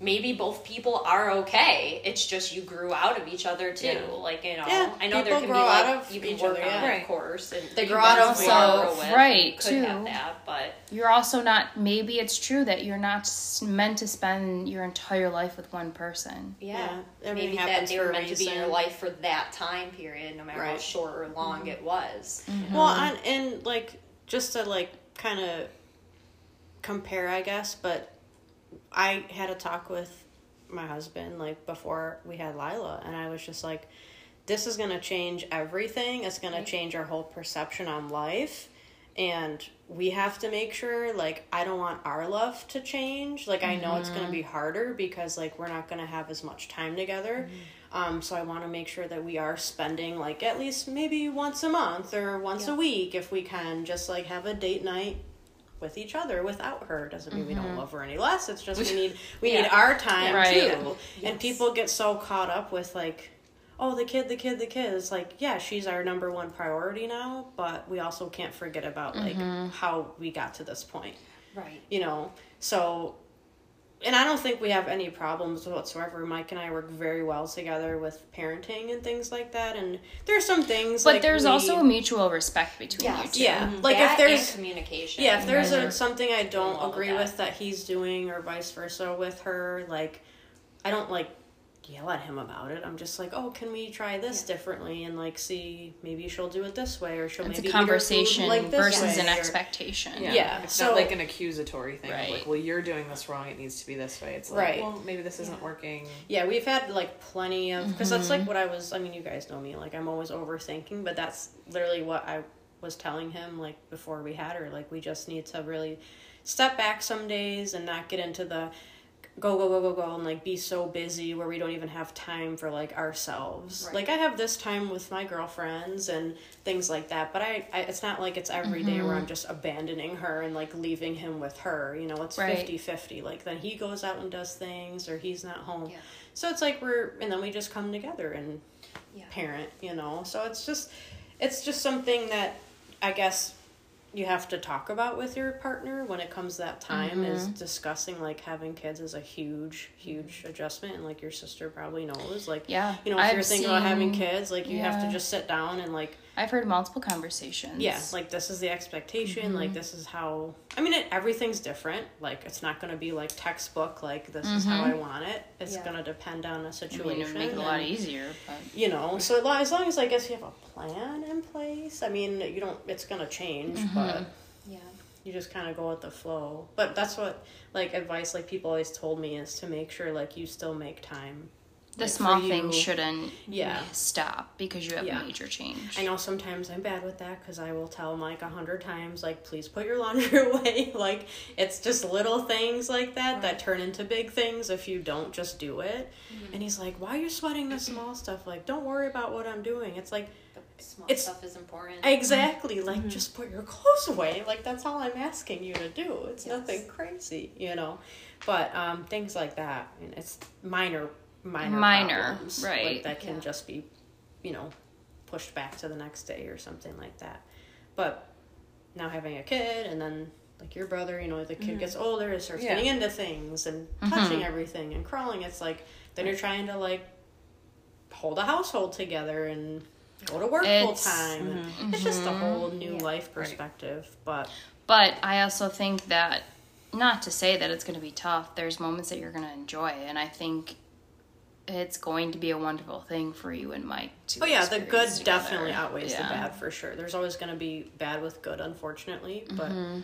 S5: maybe both people are okay. It's just you grew out of each other too.
S4: Yeah.
S5: Like you know,
S1: Yeah,
S5: I know
S1: people
S5: there can be
S1: grow out
S5: like
S1: of
S5: you can
S1: each
S5: work
S1: other,
S5: on,
S1: yeah.
S5: it,
S4: Right.
S5: of course, and
S1: They
S5: you
S1: grow
S5: can
S1: out of
S5: borrow
S3: self,
S5: it, you
S3: right,
S5: Could
S3: too.
S5: have that, but
S3: You're also not. Maybe it's true that you're not s- meant to spend your entire life with one person.
S5: Yeah.
S1: Yeah, everything
S5: Maybe that
S1: happens
S5: they
S1: for
S5: were
S1: a
S5: meant to be in your
S1: reason.
S5: life for that time period, no matter how
S1: Right.
S5: short or long it was.
S3: Mm-hmm.
S1: Well, and, and like just to like kind of compare, I guess, but I had a talk with my husband like before we had Lila, and I was just like, this is going to change everything. It's going to change our whole perception on life. And we have to make sure, like, I don't want our love to change. Like, I know it's going to be harder because, like, we're not going to have as much time together. Um, so I want to make sure that we are spending, like, at least maybe once a month or once a week if we can, just like have a date night with each other without her doesn't mean we don't love her any less it's just we need we need our time
S3: Right.
S1: too and people get so caught up with like oh the kid the kid the kid it's like yeah she's our number one priority now but we also can't forget about like
S3: Mm-hmm.
S1: how we got to this point
S5: Right.
S1: you know so and i don't think we have any problems whatsoever mike and i work very well together with parenting and things like that and there's some things
S3: But
S1: like,
S3: there's
S1: we-
S3: also a mutual respect between you two.
S1: yeah like if
S5: That
S1: there's
S5: and communication.
S1: yeah, if there's
S3: Yeah.
S1: a, something I don't
S5: Love
S1: agree
S5: that.
S1: with that he's doing or vice versa with her, like I don't like yell at him about it. I'm just like, oh, can we try this differently and like see maybe she'll do it this way or she'll
S3: It's a
S1: maybe eat her food
S3: conversation
S1: like this
S3: versus
S1: way,
S3: an
S1: or-
S3: expectation.
S1: Yeah. Yeah.
S4: It's
S1: So-
S4: not like an accusatory thing. of
S3: Right.
S4: Like, well, you're doing this wrong. It needs to be this way. It's like,
S1: Right.
S4: well, maybe this isn't working.
S1: Yeah, we've had like plenty of because that's like what I was. I mean, you guys know me. Like I'm always overthinking, but that's literally what I was telling him like before we had her. Like we just need to really step back some days and not get into the go go go go go and like be so busy where we don't even have time for like ourselves. Like I have this time with my girlfriends and things like that, but I, I it's not like it's every day where I'm just abandoning her and like leaving him with her. You know, it's
S3: Right.
S1: fifty fifty. 50-50. Like then he goes out and does things or he's not home.
S5: Yeah.
S1: So it's like we're and then we just come together and
S5: Yeah.
S1: parent, you know. So it's just it's just something that I guess you have to talk about with your partner when it comes that time
S3: Mm-hmm.
S1: is discussing like having kids is a huge huge adjustment and like your sister probably knows like
S3: Yeah,
S1: you know if
S3: I've
S1: you're thinking about having
S3: seen-
S1: kids like you have to
S3: yeah.
S1: just sit down and like
S3: I've heard multiple conversations.
S1: yeah like this is the expectation like
S3: Mm-hmm.
S1: this is how i mean it, everything's different like it's not going to be like textbook like this is how i want it it's
S5: Yeah.
S1: going to depend on
S3: Mm-hmm. I
S1: a
S3: mean,
S1: situation
S3: it would make it a lot
S1: and-
S3: easier. But
S1: you know so lo- as long as i guess you have a plan in place i mean you don't it's gonna change but
S5: Yeah.
S1: you just kind of go with the flow but that's what like advice like people always told me is to make sure like you still make time
S3: the
S1: Like, for
S3: small things
S1: you-
S3: shouldn't
S1: Yeah.
S3: stop because you have
S1: Yeah.
S3: a major change.
S1: i know sometimes i'm bad with that because i will tell mike a hundred times like please put your laundry away like it's just little things like that that turn into big things if you don't just do it and he's like why are you sweating the small stuff like don't worry about what i'm doing it's like
S5: But small
S1: It's-
S5: stuff is important.
S1: Exactly. Like,
S3: Mm-hmm.
S1: just put your clothes away. Like, that's all I'm asking you to do. It's
S5: Yes.
S1: nothing crazy, you know? But um, things like that. And it's minor, minor,
S3: Minor,
S1: problems,
S3: right.
S1: Like, that can
S5: Yeah.
S1: just be, you know, pushed back to the next day or something like that. But now having a kid and then. Like your brother, you know, the
S3: Mm-hmm.
S1: kid gets older and starts
S4: Yeah.
S1: getting into things and touching everything and crawling. It's like then you're trying to like hold a household together and go to work full
S3: It's- mm-hmm.
S1: time. It's just a whole new
S5: Yeah.
S1: life perspective. But
S3: But I also think that, not to say that it's going to be tough, there's moments that you're going to enjoy. And I think it's going to be a wonderful thing for you and Mike to.
S1: oh yeah, the good
S3: experience together.
S1: definitely outweighs
S3: Yeah.
S1: the bad for sure. There's always going to be bad with good, unfortunately. But
S3: Mm-hmm.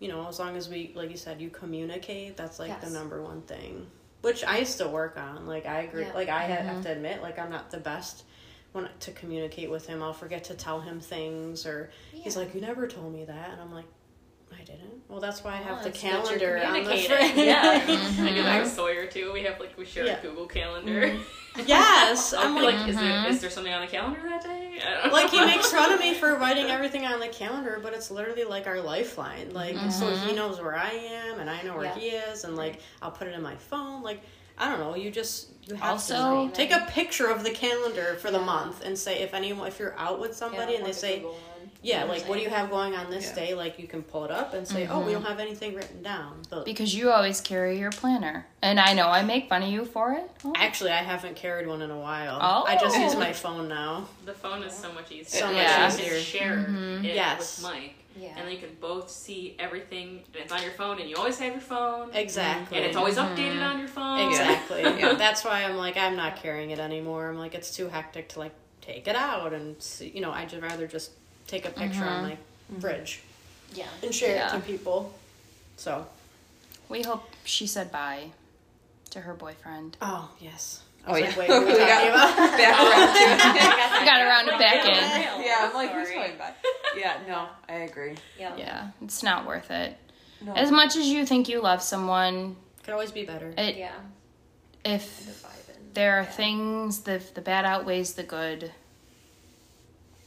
S1: you know, as long as we, like you said, you communicate, that's like the
S5: Yes.
S1: number one thing. Which I still work on. Like I agree.
S5: Yeah.
S1: Like I ha-
S3: Mm-hmm.
S1: have to admit, like I'm not the best when to communicate with him. I'll forget to tell him things, or he's
S5: Yeah.
S1: like, "You never told me that," and I'm like. I didn't. Well, that's why I have
S5: Well,
S1: the
S5: that's what you're
S1: calendar on the
S5: communicating.
S1: front.
S5: Yeah.
S2: I do that with Sawyer too. We have like we share
S1: Mm-hmm. Yeah.
S2: a Google Calendar.
S1: Yes,
S2: I'll
S1: I'm
S2: be
S1: like,
S2: like, is
S3: Mm-hmm.
S2: there is there something on the calendar that day? I don't
S1: like he
S2: know.
S1: makes fun of me for writing everything on the calendar, but it's literally like our lifeline. Like so he knows where I am and I know where
S5: Mm-hmm. Yeah.
S1: he is and like I'll put it in my phone. Like I don't know, you just you have
S3: Also-
S1: to know. take a picture of the calendar for the month and say if anyone if you're out with somebody and they say yeah, like what do you have going on this
S4: Yeah.
S1: day? Like you can pull it up and say, "Oh,
S5: Mm-hmm.
S1: we don't have anything written down." But
S3: Because you always carry your planner. And I know I make fun of you for it. Oh,
S1: actually, I haven't carried one in a while.
S3: Oh.
S1: I just use my phone now.
S2: The phone is so much easier.
S1: So
S2: Like,
S3: much
S2: You
S1: easier.
S2: can share
S3: Mm-hmm.
S2: it
S1: Yes.
S2: with Mike,
S5: Yeah.
S2: and then you can both see everything. And it's on your phone, and you always have your phone,
S1: Exactly.
S2: and it's always updated
S3: Mm-hmm.
S2: on your phone.
S1: Exactly.
S4: Yeah.
S1: That's why I'm like I'm not carrying it anymore. I'm like it's too hectic to like take it out and see, you know I'd just rather just take a picture on my fridge
S5: yeah.
S1: and share
S3: Yeah.
S1: it to people. So,
S3: We hope she said bye to her boyfriend.
S1: oh, yes. I
S6: Oh,
S1: was
S6: yeah.
S1: like, wait, what are we
S6: We
S1: talking
S6: got-
S1: about?
S6: Back around to it.
S3: We gotta round it back in.
S6: Yeah, I'm like, who's
S5: Sorry.
S6: going back?
S4: Yeah, no, I agree.
S5: Yeah.
S3: Yeah, it's not worth it.
S4: No.
S3: As much as you think you love someone,
S1: Could always be better.
S3: it,
S5: Yeah.
S3: if
S5: Vibing.
S3: there are things that if the bad outweighs the good,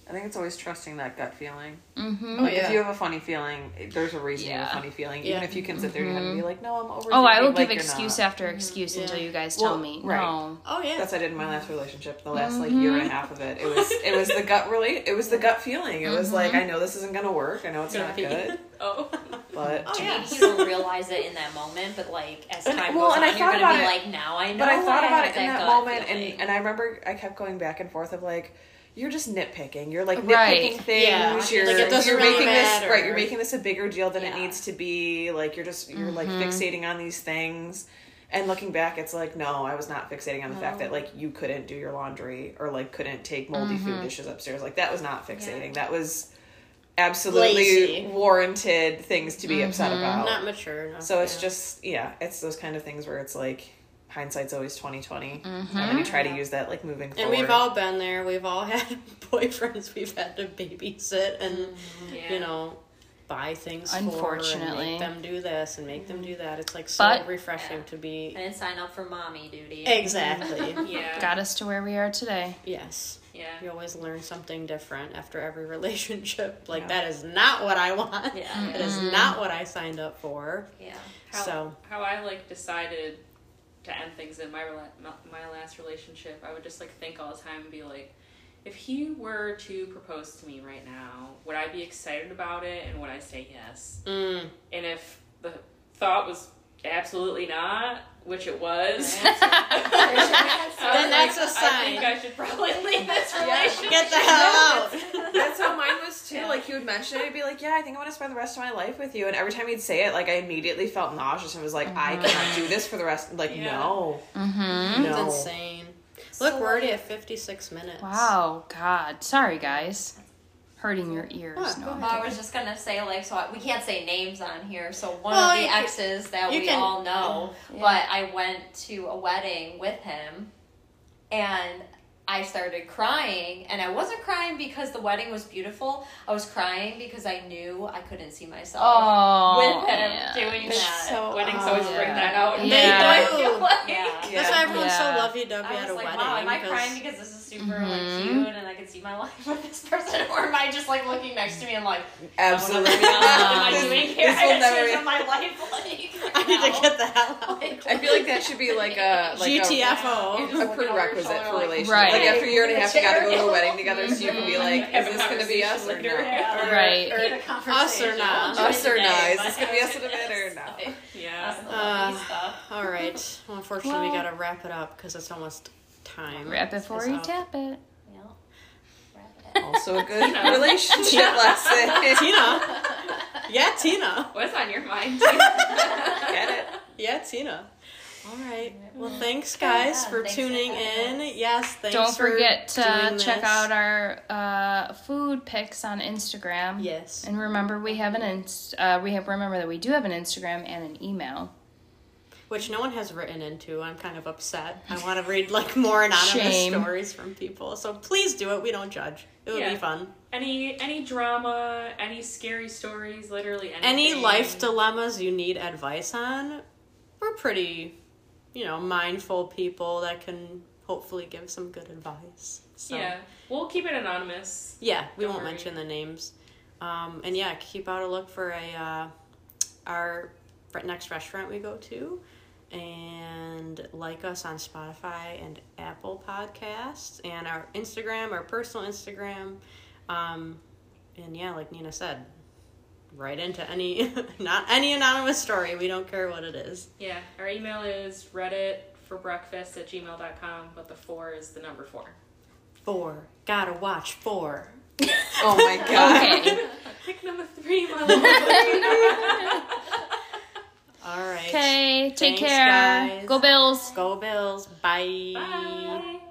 S4: I think it's always trusting that gut feeling.
S3: mm-hmm.
S1: Oh,
S4: Like,
S1: yeah.
S4: If you have a funny feeling, there's a reason you have
S3: Yeah.
S4: a funny feeling.
S1: Yeah.
S4: Even if you can sit there and be like, no, I'm over
S3: oh, I will
S4: like
S3: give
S4: you're
S3: excuse
S4: not.
S3: after excuse until
S1: Mm-hmm. Yeah.
S3: you guys
S4: Well,
S3: tell me.
S4: right.
S3: No,
S1: Oh, yeah.
S4: That's what I did in my last relationship. The last like year and a half of it, it was it was the gut relate. It was the gut feeling. It was like I know this isn't gonna work. I know it's not good,
S2: Oh.
S4: but
S1: Oh, yeah.
S5: Maybe you don't realize it in that moment, but like as
S4: And-
S5: time
S4: well,
S5: goes
S4: and
S5: on,
S4: I
S5: you're
S4: thought
S5: gonna
S4: about
S5: be
S4: it-
S5: like, now I know.
S4: But I
S5: why
S4: thought about
S5: had
S4: it in that
S5: gut
S4: moment,
S5: feeling.
S4: and, and I remember I kept going back and forth of like, you're just nitpicking. You're like
S3: Right.
S4: nitpicking things.
S1: Yeah.
S4: You're,
S1: Like, it doesn't
S4: you're
S1: really
S4: making
S1: matter.
S4: this right. You're making this a bigger deal than it
S5: Yeah.
S4: needs to be. Like you're just you're like
S1: Mm-hmm.
S4: fixating on these things. And looking back, it's like no, I was not fixating on the fact that like you couldn't do your laundry or like couldn't take moldy
S1: Mm-hmm.
S4: food dishes upstairs. Like that was not fixating. That was absolutely
S1: Lazy. Mm-hmm.
S4: warranted things to be upset about.
S1: Not mature enough.
S4: So it's
S1: yeah.
S4: just yeah, it's those kind of things where it's like hindsight's always twenty and you try to use that like moving
S1: And
S4: forward.
S1: we've all been there. We've all had boyfriends we've had to babysit and, you know, buy things for
S3: Unfortunately.
S1: and make them do this and make them do that. It's like so
S3: But-
S1: refreshing to
S5: I
S1: be.
S5: didn't sign up for mommy duty.
S1: Exactly.
S2: Yeah.
S3: got us to where we are today.
S1: yes.
S2: Yeah.
S1: You always learn something different after every relationship. Like,
S4: Yeah.
S1: that is not what I want.
S5: Yeah.
S3: Mm-hmm.
S1: That is not what I signed up for.
S5: Yeah.
S2: how,
S1: So-
S2: how I like decided to end things in my rela- my- my last relationship, I would just like think all the time and be like, if he were to propose to me right now, would I be excited about it and would I say yes?
S1: Mm.
S2: And if the thought was absolutely not, which it was,
S1: Then that's a
S2: I think
S1: sign.
S2: I should probably leave this relationship.
S1: Get the hell out.
S4: That's how mine was too. Like he would mention it, I'd be like, "Yeah, I think I want to spend the rest of my life with you." And every time he'd say it, like I immediately felt nauseous and was like, "I cannot do this for the rest." Like
S2: Yeah.
S4: no,
S3: Mm-hmm.
S1: It's
S4: no.
S1: insane. Look, we're already at 56 minutes.
S3: Wow, God, sorry guys, hurting your ears.
S1: Huh,
S3: no,
S1: go
S3: I'm
S5: Well, I
S3: kidding.
S5: was just gonna say like so I, we can't say names on here. So one
S1: Well,
S5: of
S1: you
S5: the
S1: can-
S5: exes that
S1: you
S5: we
S1: can-
S5: all know,
S3: Yeah.
S5: but I went to a wedding with him, and I started crying, and I wasn't crying because the wedding was beautiful. I was crying because I knew I couldn't see myself
S3: oh,
S5: with him
S3: yeah.
S5: doing
S1: It's
S5: that.
S4: Oh,
S1: so
S2: Weddings
S1: odd.
S2: always bring that out.
S1: They
S3: Yeah.
S5: I
S1: do.
S5: feel like- Yeah.
S1: That's why everyone's
S3: Yeah.
S1: so lovey dovey
S5: I
S1: at
S5: was
S1: a
S5: like,
S1: wedding.
S5: wow, am I
S1: because- Mm-hmm.
S5: crying because this is super
S3: Mhm.
S5: like cute and I can see my life with this person, or am I just like looking next to me and like,
S4: Absolutely.
S5: what am I
S3: This-
S5: doing here?
S4: this
S5: I
S4: will
S5: gotta
S4: never-
S5: change my life. Like,
S1: I need to get the hell out.
S4: I feel like oh, that should be like a like a-
S1: GTFO.
S4: a prerequisite for relationships.
S3: Right.
S4: Like after a year and a half, you got to go to
S5: Chair.
S4: a wedding together, so you can be like,
S2: Have
S4: "Is
S2: a
S4: this going to be us or
S2: conversation later.
S4: no?
S5: Yeah.
S3: Right.
S5: Or the
S1: Us or
S5: conversation.
S1: not.
S4: Us or no? Is
S5: Today,
S4: this going to be us
S5: but-
S4: in a minute or no?"
S2: Yeah.
S5: That's the
S1: Uh,
S5: lovely stuff.
S1: All right. Well, unfortunately, we
S3: Well-
S1: gotta wrap it up because it's almost time.
S3: Wrap it before
S1: is
S3: you
S1: up.
S3: tap it.
S5: Yeah. Wrap it.
S4: Also a good relationship lesson.
S1: Tina. Yeah, Tina.
S2: What's on your mind?
S4: Get it.
S1: Yeah, Tina. All right. Well,
S3: Mm.
S1: thanks guys
S5: Yeah,
S1: for
S5: thanks
S1: tuning
S5: for
S1: in.
S5: having us.
S1: Yes, thanks.
S3: Don't forget
S1: for
S3: to
S1: doing
S3: check
S1: this.
S3: out our uh, food pics on Instagram.
S1: Yes.
S3: And remember, we have an inst- uh, we have remember that we do have an Instagram and an email.
S1: Which no one has written into. I'm kind of upset. I want to read like more anonymous
S3: Shame.
S1: stories from people. So please do it. We don't judge. It would be
S2: Yeah.
S1: fun.
S2: any any drama, any scary stories, literally anything.
S1: Any life dilemmas you need advice on, we're pretty, you know, mindful people that can hopefully give some good advice. So
S2: Yeah, we'll keep it anonymous.
S1: yeah, we
S2: Don't
S1: won't
S2: worry.
S1: mention the names. Um, and yeah, keep out a look for a uh, our re- next restaurant we go to, and like us on Spotify and Apple Podcasts, and our Instagram, our personal Instagram, um, and yeah, like Nina said, write into any not any anonymous story. We don't care what it is.
S2: Yeah, our email is reddit for breakfast at gmail.com, but the four is the number four.
S1: Four gotta watch four.
S4: Oh my god.
S3: Okay.
S2: Pick number three, my love.
S1: All right.
S3: okay. Take
S1: Thanks,
S3: care.
S1: guys.
S3: Go Bills.
S1: Go Bills.
S2: Bye.